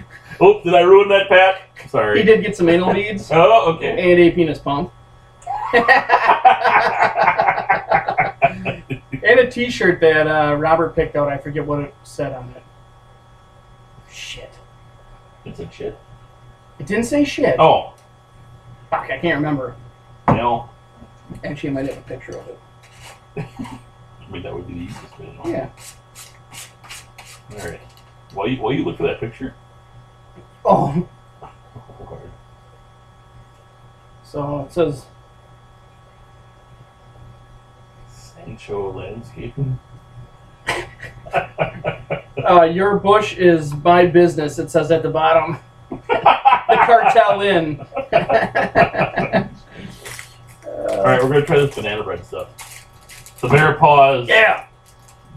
B: *laughs* oh, did I ruin that, Pat? Sorry.
C: He did get some anal beads
B: Oh, okay.
C: and a penis pump. *laughs*
B: *laughs*
C: and a T-shirt that uh, Robert picked out. I forget what it said on it. Shit.
B: It's a shit.
C: It didn't say shit.
B: Oh,
C: Fuck, I can't remember.
B: no.
C: Actually, I might have a picture of it.
B: I mean, that would be the easiest way. to know.
C: Yeah.
B: All right. While you, while you look for that picture.
C: Oh, so it says
B: Sancho landscaping.
C: uh, your bush is my business. It says at the bottom. *laughs* the cartel in.
B: All right, we're gonna try this banana bread stuff. The bear paws.
C: yeah,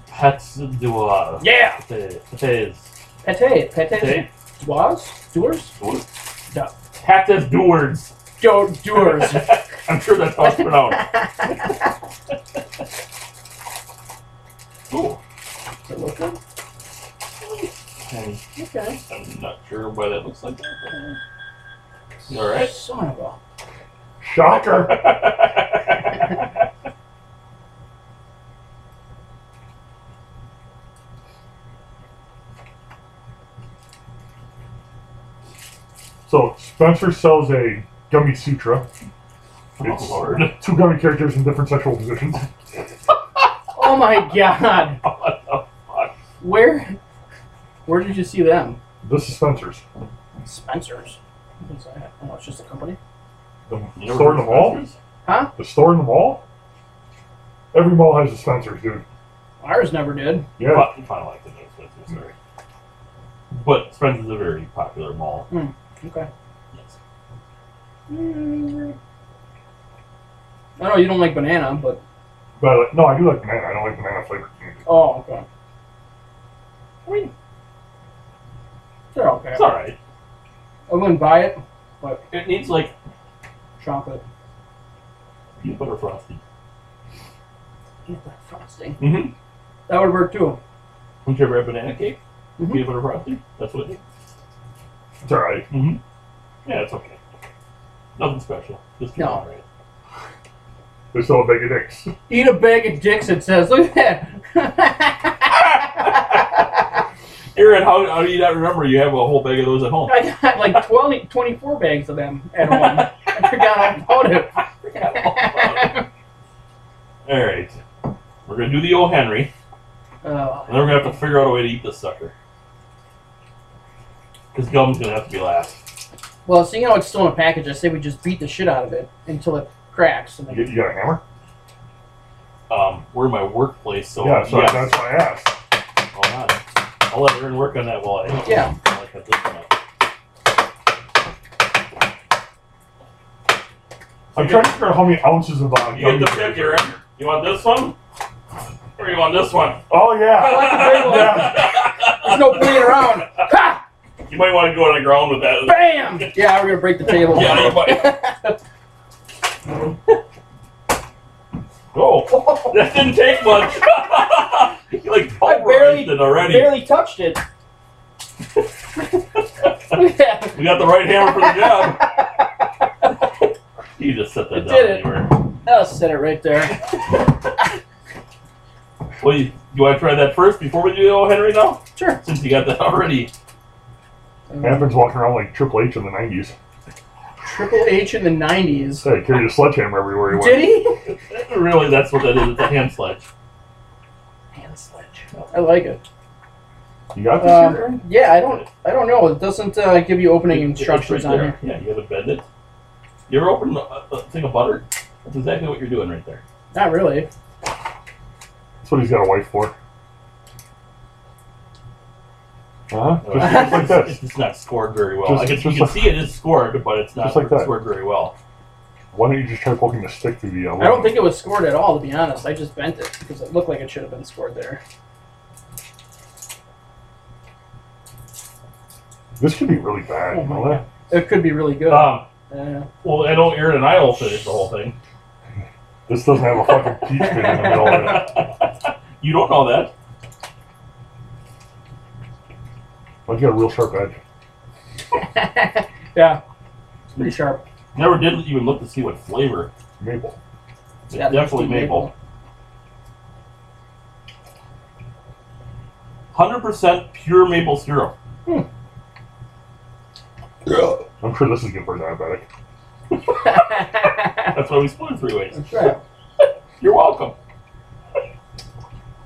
B: Pets doa.
C: yeah.
B: Pets.
C: Pate, pate,
B: Pets.
C: was, doers, Yeah.
B: Pets *laughs* doers.
C: do, *laughs* doers.
B: I'm sure that's how it's pronounced. Ooh.
C: Does it look good? Okay.
B: I'm not sure why that looks like *laughs* that. You all right?
C: Son of a.
D: shocker. So Spencer sells a gummy sutra.
B: Oh, Lord.
D: Two gummy characters in different sexual positions.
C: Oh my god.
B: What the fuck?
C: Where? Where did you see them?
D: This is Spencer's.
C: Spencer's. Oh,
B: You
D: The
B: never
D: store in
B: heard
D: the
B: of
D: mall?
B: Spencer's?
D: The store in the mall? Every mall has a Spencer's, dude.
C: Ours never did.
D: Yeah.
B: Well, I kinda like the name Spencer's, sorry. But Spencer's is a very popular mall.
C: Okay.
B: Yes.
C: I know you don't like banana, but
D: But I like, no, I do like banana. I don't like banana flavored candy.
C: oh, okay. I mean, they're okay.
B: It's alright.
C: I wouldn't buy it.
B: It needs like
C: Chomp it.
B: peanut butter frosting.
C: Get that frosting.
B: Mm-hmm.
C: That would work too.
B: Would you ever have banana cake?
C: Mhm.
B: Peanut butter frosting? That's what
D: It's alright.
B: Yeah, it's okay. Nothing special. Just
C: Mm-hmm. No.
B: alright.
D: They sell bacon eggs.
C: Eat a bag of dicks. It says. Look at that. *laughs*
B: Aaron, how, how do you not remember you have a whole bag of those at home?
C: I got like 20, 24 bags of them at home. I forgot all about it.
B: Alright. We're gonna do the old Henry,
C: Uh,
B: and then we're gonna have to figure out a way to eat this sucker. Because gum's gonna have to be last.
C: well, seeing how it's still in a package, I say we just beat the shit out of it until it cracks. And
D: You,
C: then
D: get- you got a hammer?
B: Um, we're in my workplace, so
D: yeah, so
B: Oh, yes.
D: that's why I asked.
B: Hold on. I'll let Aaron work on that while I
C: Yeah.
B: while I cut this one up.
D: I'm trying to figure out how many ounces of uh,
B: You get
D: gummy
B: the pick,
D: bears.
B: Aaron. You want this one? Or you want this one?
D: Oh, yeah.
C: There's no playing around. Ha!
B: *laughs* You might want to go on the ground with that.
C: Bam! Yeah, we're gonna break the table.
B: Yeah, you might. Oh, *laughs* that didn't take much. *laughs* you like
C: I barely-
B: pulverized it
C: *laughs*
B: already.
C: Barely touched *laughs* it. Look at that.
B: We got the right hammer for the job. *laughs* you just set that
C: It
B: down
C: did it.
B: anywhere.
C: I'll set it right there.
B: Well, you, you want to try that first before we do the old Henry now?
C: Sure.
B: Since you got that already.
D: Manfred's walking around like Triple H in the 90s.
C: Triple H in the 90s.
D: Hey, carried a sledgehammer everywhere he went.
C: Did he?
B: Really, that's what that is. It's a hand sledge.
C: Hand sledge. I like it.
D: You got this here?
C: Um, yeah, I don't. I don't know. It doesn't uh, give you opening
B: It- it's right
C: instructions on
B: there.
C: here.
B: Yeah, you gotta bend it. You ever open a, a thing of butter? That's exactly what you're doing right there.
C: Not really.
D: That's what he's got a wife for. Uh huh. *laughs*
B: Uh-huh.
D: Just, just like
B: it's,
D: this.
B: it's not scored very well.
D: Just-
B: I guess you
D: just
B: can
D: like-
B: see it is scored, but it's not
D: Just like that.
B: scored very well.
D: Why don't you just try poking the stick through the uh,
C: I don't think it was scored at all, to be honest. I just bent it because it looked like it should have been scored there.
D: This could be really bad.
C: Oh
D: you
C: my
D: know that?
C: It could be really good.
B: Um,
C: Uh,
B: well, I know Aaron and I will finish the whole thing.
D: This doesn't have a fucking peach pit in the middle of it.
B: you don't know that.
D: Like you got a real sharp edge.
C: *laughs* yeah, it's pretty sharp. *laughs*
B: Never did even look to see what flavor.
D: Maple.
B: It's
C: Yeah,
B: definitely
C: that's the
B: maple. Hundred percent pure maple syrup.
D: I'm sure this is good for a diabetic.
C: That's
B: That's why we split it three ways.
C: right.
B: You're welcome.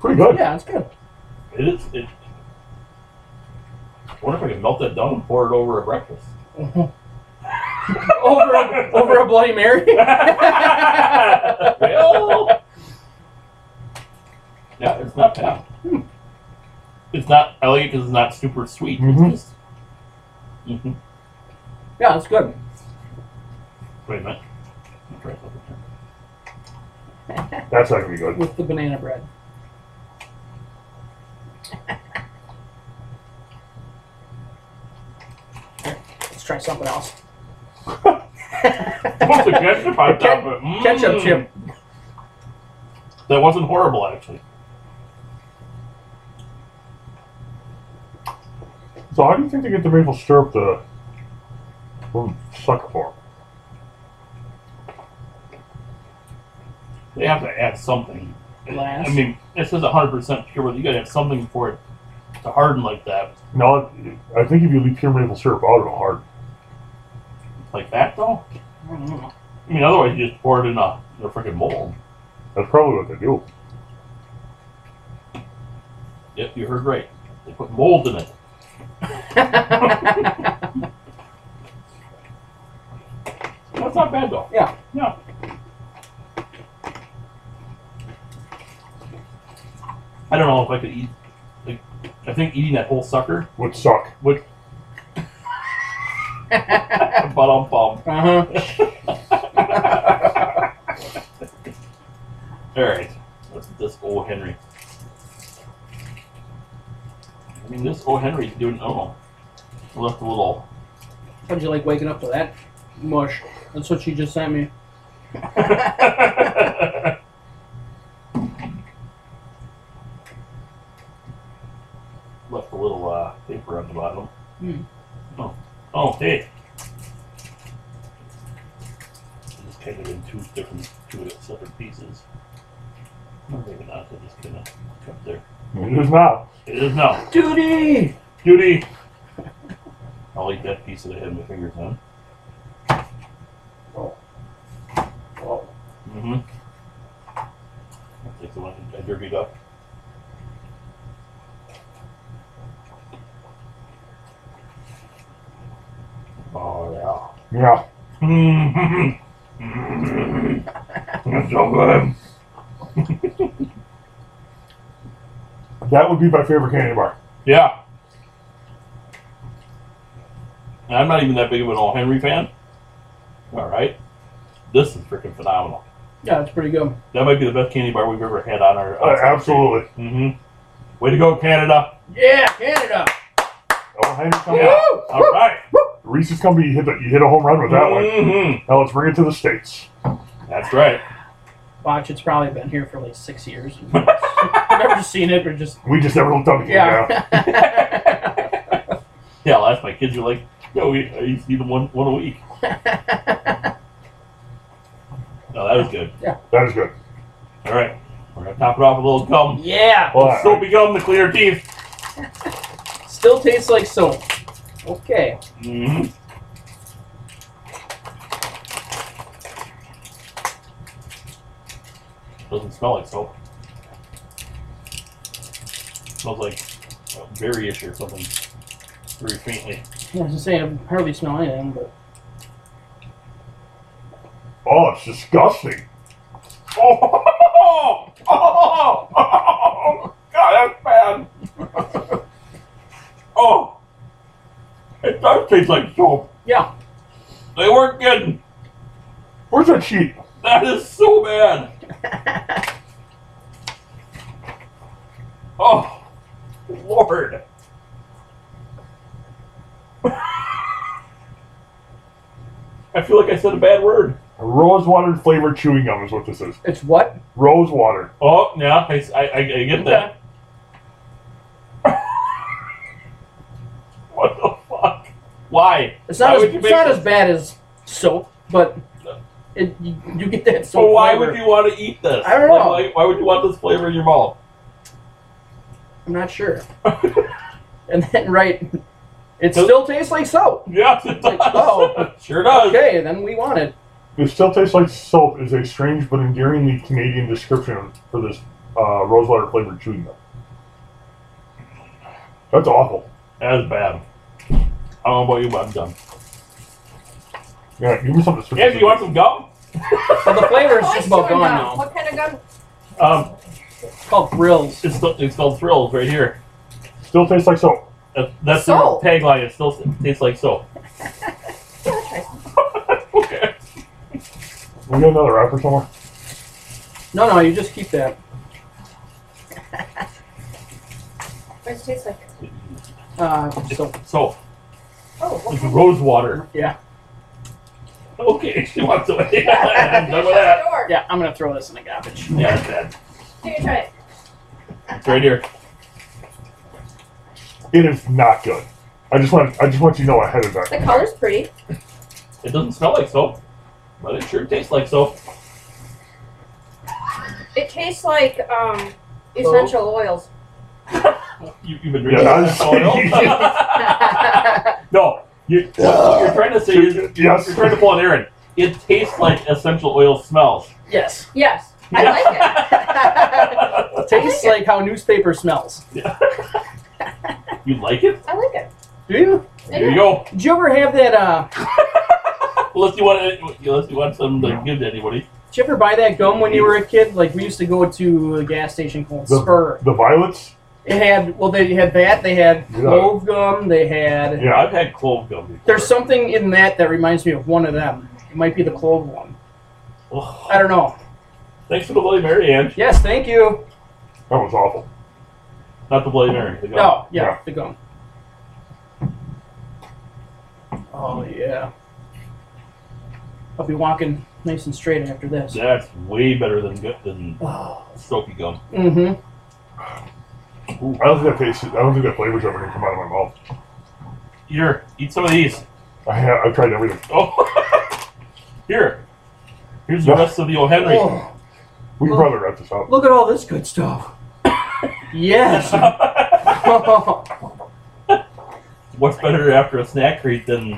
D: Pretty good.
C: Yeah, it's good.
B: It is. It, I wonder if I can melt that down and pour it over
C: *laughs*
B: a breakfast.
C: over a, over a Bloody *laughs* Mary.
B: well, yeah, it's not bad. It's not. I like it because it's not super sweet.
C: Mm-hmm.
D: Mhm.
B: It's just. hmm
C: yeah, it's good.
B: Wait a minute. I'll try something here.
D: That's not gonna be
C: *laughs*
D: good.
C: With the banana bread. Here, Let's try something else.
B: What's the ketchup on
C: Ke-
B: top of it?
C: Ketchup
B: Mm.
C: chip.
B: That wasn't horrible, actually.
D: So how do you think they get the maple syrup to from sucker form?
B: They have to add something.
C: Glass.
B: I mean, it says 100% pure, but you gotta have something for it to harden like that.
D: No, I think if you leave pure maple syrup out, it'll hard.
B: Like that, though?
C: I don't *laughs* know.
B: I mean, otherwise you just pour it in a, in a freaking mold.
D: That's probably what they do.
B: Yep, you heard right. They put mold in it.
C: I
B: That's not bad though.
C: Yeah.
B: Yeah. I don't know if I could eat. Like, I think eating that whole sucker *laughs*
D: Would suck.
B: would. but I'm bummed.
C: Uh huh.
B: All right, what's this O Henry? I mean, this O Henry's doing. Oh, left a little.
C: How'd you like waking up to that mush? That's what she just sent me.
B: left a little uh, paper on the bottom.
C: Hmm.
B: Oh, oh, hey. Just kind of in two different, two separate pieces. Or maybe not. I just kind of up there.
D: It is not.
B: It is now.
C: Duty!
B: Beauty. I'll eat that piece that I had my fingers on.
C: Oh,
B: Mm-hmm. That's like the one I derbied up. Oh
D: Yeah.
B: yeah. Mm-hmm. *laughs* Mm-hmm.
D: It's so good. that would be my favorite candy bar.
B: Yeah. And I'm not even that big of an All Henry fan. All right. This is freaking phenomenal.
C: yeah, it's pretty good.
B: That might be the best candy bar we've ever had on our.
D: Uh, absolutely.
B: Mm-hmm. Way to go, Canada!
C: Yeah, Canada!
D: Oh, hey, come
B: Yeah.
D: on.
C: Woo!
B: All right.
D: Reese's company, you hit, the, you hit a home run with that one.
B: Mhm.
D: Now let's bring it to the States.
B: That's right.
C: Watch, it's probably been here for like six
B: *laughs*
C: years. Never seen it, but just.
D: We just never looked up again. Yeah.
C: Yeah.
B: Yeah, I'll ask my kids. You're like, yo, we, I used to eat them one one a week. No, that was good.
D: That
B: *laughs*
D: is good.
B: All right, we're gonna top it off with a little gum.
C: *laughs* yeah!
D: Well, I-
B: Soapy gum to clear teeth.
C: Still tastes like soap. Okay.
B: hmm Doesn't smell like soap. Smells like uh, berryish or something. Very faintly.
C: I was just saying, I hardly smell anything, but.
D: Oh, it's disgusting.
B: *laughs* Oh, oh, oh, God, that's bad. *laughs* oh, it does taste like soap.
C: Yeah.
B: They weren't kidding.
D: Where's that sheet?
B: That is so bad. oh, Lord. I feel like I said a bad word.
D: Rosewater flavored chewing gum is what this is.
C: It's what?
D: Rosewater.
B: Oh, yeah, I, I, I get that. *laughs* What the fuck? Why?
C: It's not,
B: Why
C: as,
B: would you
C: it's
B: make
C: not
B: this-
C: as bad as soap, but it, you, you get that
B: So
C: soap.
B: why
C: flavor.
B: would you want to eat this?
C: I don't
B: Like,
C: know.
B: Why, why would you want this flavor in your mouth?
C: I'm not
B: *laughs*
C: sure. and then, right, it
B: Does-
C: still tastes like soap.
B: Yes, it does.
C: Like, oh.
B: *laughs* sure does.
C: Okay, then we want it.
D: It still tastes like soap is a strange but endearingly Canadian description for this uh, rosewater flavored chewing gum. That's awful.
B: That is bad. I don't know about you, but I'm done.
D: Yeah, give me something specific.
B: Yeah, do you want some gum?
C: But the flavor is
F: *laughs* Oh,
C: just
F: it's
C: about
F: chewing
C: gone
F: gum.
C: now.
F: What kind of gum?
B: Um,
C: It's called Brills.
B: it's, still- it's called Thrills right here.
D: Still tastes like soap.
B: That, that's
F: Soap.
B: the tagline. It still tastes like *laughs* soap.
F: Yeah, let's try some.
B: Okay.
D: We got another wrapper somewhere.
C: No, no, you just keep that.
F: What does it taste like?
C: Uh, so,
B: So,
F: Oh, what
B: it's
F: kind
B: rose water.
C: yeah.
B: Okay, *laughs* she wants some. I'm
F: of
B: done with that.
F: Door.
C: Yeah, I'm going to throw this in the garbage.
B: Yeah, it's bad.
F: Here, try it.
B: It's right here.
D: It is not good. I just want I just want you to know ahead of
F: The
D: that.
F: color's pretty.
B: It doesn't smell like soap, but it sure tastes like soap.
F: It tastes like um essential oils.
B: *laughs* You, you've been drinking
D: Yeah,
B: that oil? *laughs* no, you, what, what you're trying to say is
D: Yes.
B: you're trying to pull an errand. It tastes like essential oil smells.
C: *laughs* yes.
F: Yes, I like it.
C: It tastes
F: I
C: like how newspaper smells.
B: *laughs* you like it?
F: I like it.
C: Do you?
F: I
B: There you
F: do.
B: go.
C: Did you ever have that, uh,
B: Unless you want, unless you want something to give to anybody.
C: Did you ever buy that gum when you were a kid? Like we used to go to a gas station called
D: The-
C: Spur.
D: The violets.
C: It had well, they had that. They had
D: Yeah.
C: clove gum. They had.
D: Yeah.
B: I've had clove gum. Before.
C: There's something in that that reminds me of one of them. It might be the clove one.
B: Oh,
C: I don't know.
B: thanks for the Bloody Mary, Ange.
C: Yes, thank you.
D: That was awful.
B: Not the Bloody Mary. The gum.
C: No, yeah,
D: Yeah.
C: the gum. Oh yeah. I'll be walking nice and straight after this.
B: That's way better than good than
C: Oh.
B: soapy gum.
C: Mm-hmm.
D: I don't think that tastes. I don't think that flavor's ever gonna come out of my mouth.
B: Here, eat some of these.
D: I have, I've tried everything.
B: Oh, *laughs* here. Here's the rest of the O. Henry.
C: Oh,
D: We can probably wrap this up.
C: look at all this good *laughs* stuff. *laughs* yes.
B: *laughs* What's better after a snack treat than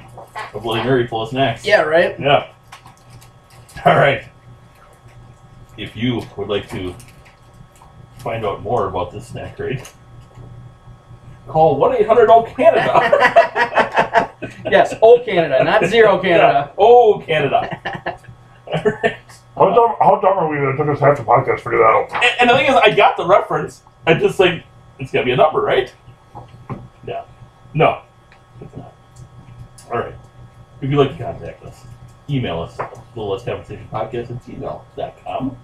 B: a Bloody Mary full of snacks?
C: yeah. Right. *laughs*
B: Yeah. All right. If you would like to find out more about this snack rate, call 1 800 O
C: *laughs*
B: Canada.
C: yes. Oh Canada, not zero Canada.
B: Yeah. Oh, Canada. All right.
D: How dumb? How dumb are we that it took us half the podcast to figure that out?
B: And, and the thing is, I got the reference. I just think it's got to be a number, right? Yeah. No. It's not. All right. If you'd like to contact us, email us, the Let's Conversation Podcast at gmail.com.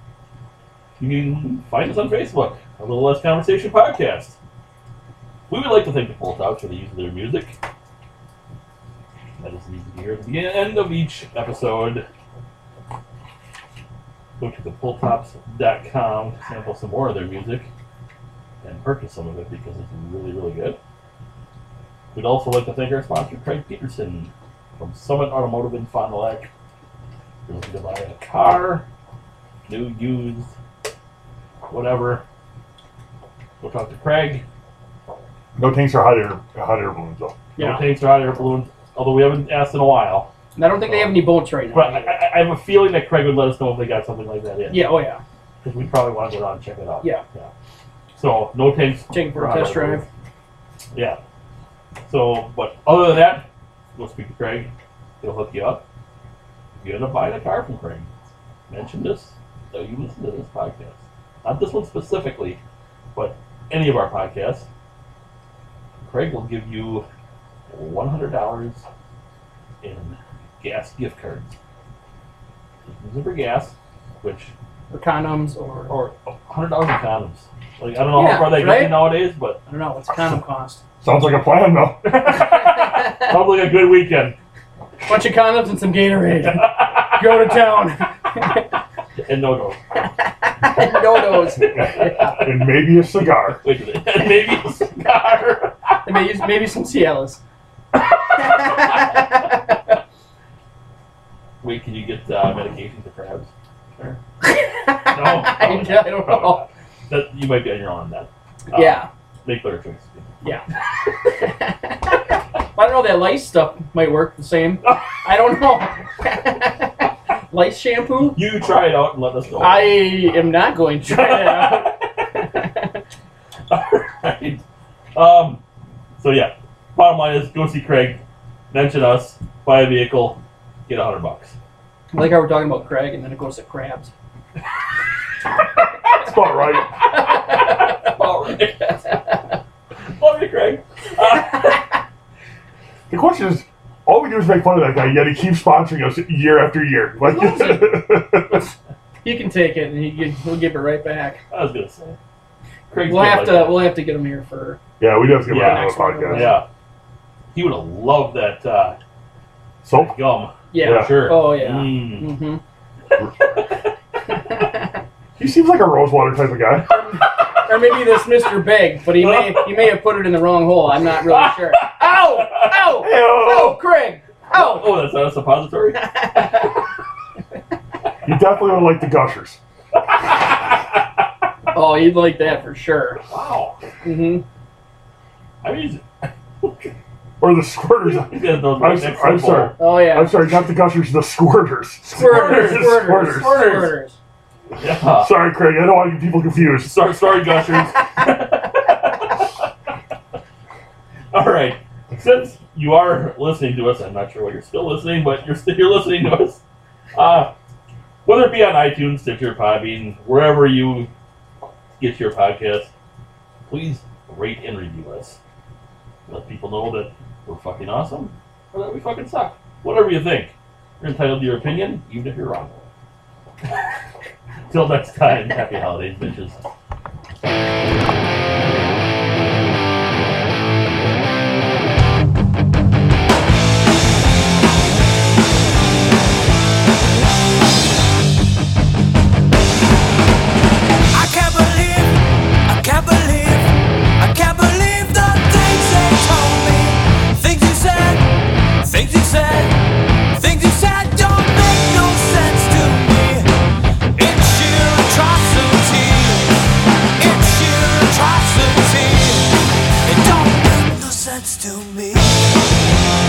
B: You can find us on Facebook, a Little Less Conversation Podcast. We would like to thank the Bolt Out for the use of their music. That is easy to hear at the end of each episode go to thefulltops.com, sample some more of their music, and purchase some of it because it's really, really good. We'd also like to thank our sponsor, Craig Peterson from Summit Automotive in Fond du Lac. If you're looking to buy a car, new, used, whatever, go talk to Craig.
D: No tanks are hot air, hot air balloons though.
B: No
C: Yeah.
B: tanks or hot air balloons, although we haven't asked in a while.
C: And I don't think they have any boats right now.
B: But I, I, I have a feeling that Craig would let us know if they got something like that in.
C: yeah. Oh yeah.
B: Because we probably want to go down and check it out.
C: Yeah.
B: Yeah. So no tanks.
C: Take it for a test drive.
B: Yeah. So, but other than that, we'll speak to Craig. He'll hook you up. If you end up buying a car from Craig, mention this. So you listen to this podcast. Not this one specifically, but any of our podcasts. Craig will give you $100 in gas gift cards. Use it for gas, which
C: Or condoms, or,
B: or hundred dollars in condoms. Like I don't know
C: Yeah,
B: how far they get
C: right?
B: nowadays,
C: *laughs*
B: but
C: I don't know what's a condom *laughs* cost.
D: Sounds like a
C: *laughs*
D: plan though.
C: Bunch
B: probably a good weekend.
C: of condoms and some Gatorade. Go to *laughs* town.
B: and
C: *laughs*
B: no no.
C: and dodos.
D: and maybe a cigar.
B: Wait a minute. *laughs* And maybe a cigar.
C: And maybe, maybe some Cialis. *laughs*
B: Wait, can you get uh, medication for crabs? No,
C: I
B: probably
C: don't
B: not.
C: know. *laughs*
B: Probably not. That, you might be on your own on that. Uh,
C: Yeah.
B: Make better choices.
C: I don't know. That lice stuff might work the same. I don't know. *laughs* lice shampoo?
B: You try it out and let us know. *laughs*
C: I am not going to try that out.
B: *laughs* Alright. Um, so yeah, bottom line is go see Craig, mention us, buy a vehicle, get a hundred bucks.
C: I like how we're talking about Craig and then it goes to crabs.
D: That's about right.
B: *laughs* Alright. Love you, Craig. Uh, *laughs*
D: The question is, all we do is make fun of that guy, yet he keeps sponsoring us year after year. Like,
C: He loves He can take it and he can, he'll give it right back.
B: I was gonna say. Craig's
C: We'll
B: good
C: have
B: like
C: to
B: that.
C: we'll have to get him here for
D: *laughs* yeah, we do have to get
B: Yeah,
D: back
C: next
D: to the
C: one.
D: podcast.
B: Yeah. He would have loved that uh,
D: So,
B: gum.
C: yeah.
B: For sure.
C: Oh yeah.
B: Mm.
C: hmm
D: he seems like a Rosewater type
C: *laughs*
D: of guy.
C: Or maybe this Mr. Big, but he may he may have put it in the wrong hole. I'm not really sure. Ow! Ow! Ow,
D: Ew.
C: Craig!
B: Oh,
C: Ow!
B: oh, that's not a
C: *laughs*
B: suppository.
D: He definitely would like the gushers.
C: Oh, you'd like that for sure.
B: wow.
C: hmm
B: I mean,
D: Or the squirters.
B: *laughs* he's got those
D: I'm,
B: next
D: I'm
B: level.
D: sorry.
C: Oh yeah.
D: I'm sorry, not the gushers, the squirters.
C: Squirters,
D: Squirters,
C: squirters, squirters.
B: Yeah.
D: Sorry, Craig, I don't want to get people confused.
B: Sorry, sorry, gushers. All right. Since you are listening to us. I'm not sure why you're still listening, but you're still you're listening to us. Uh, whether it be on iTunes, Stitcher, Podbean, wherever you get your podcast, please rate and review us. Let people know that we're fucking awesome or that we fucking suck. Whatever you think, you're entitled to your opinion, even if you're wrong. *laughs* Till next time, happy holidays, bitches.
G: I can't believe, I can't believe, I can't believe the things they told me. Things you said, things you said, things you said don't make no sense to me. It's sheer atrocity. It's sheer atrocity. It don't make no sense to me.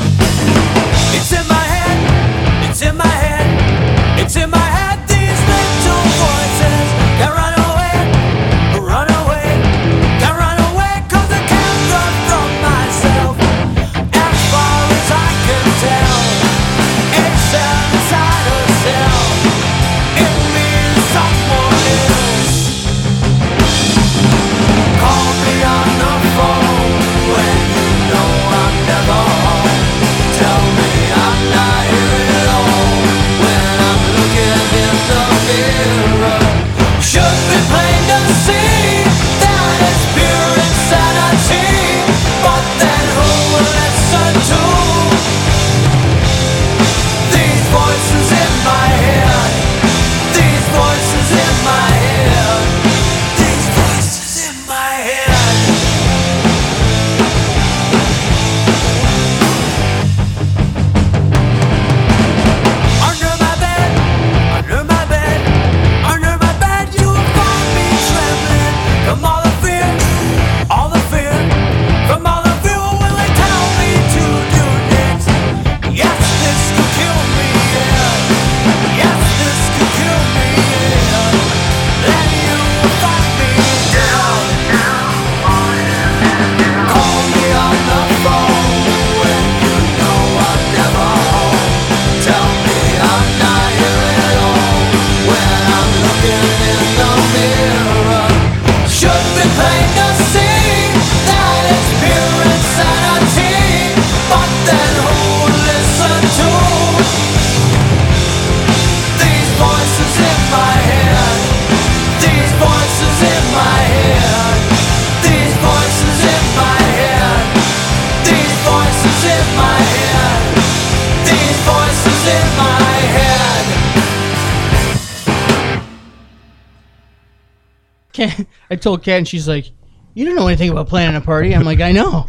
G: It's in my head. It's in my head. It's in my head. These little voices can run away, run away, can run away 'cause I can't run from myself. As far as I can tell, it's an insider cell. It means someone else. Call me on the phone when you know I'm never home. Tell me I'm not here at all when I'm looking in the mirror. Should be plain to see that it's pure insanity. But then who will listen to these voices in my head? These voices in my head. These voices in my head. Under my bed, under my bed, under my bed, oh, you will find me trembling from all the fear, all the fear, from all the fear. What will they tell me to do next? Yes, this could kill me. Yeah. Yes, this could kill me. Yeah. Then you will find me down. Call me on the phone when you know I'm never home. Tell me I'm not here at all when I'm looking in the mirror. Should be plain to see that it's pure insanity, but then who would listen to these voices in my head? These voices in my head. These voices in my head. These voices in my head. These voices in my head.
H: Kat, I told Kat, and she's like, "You don't know anything about planning a party." I'm like, "I know."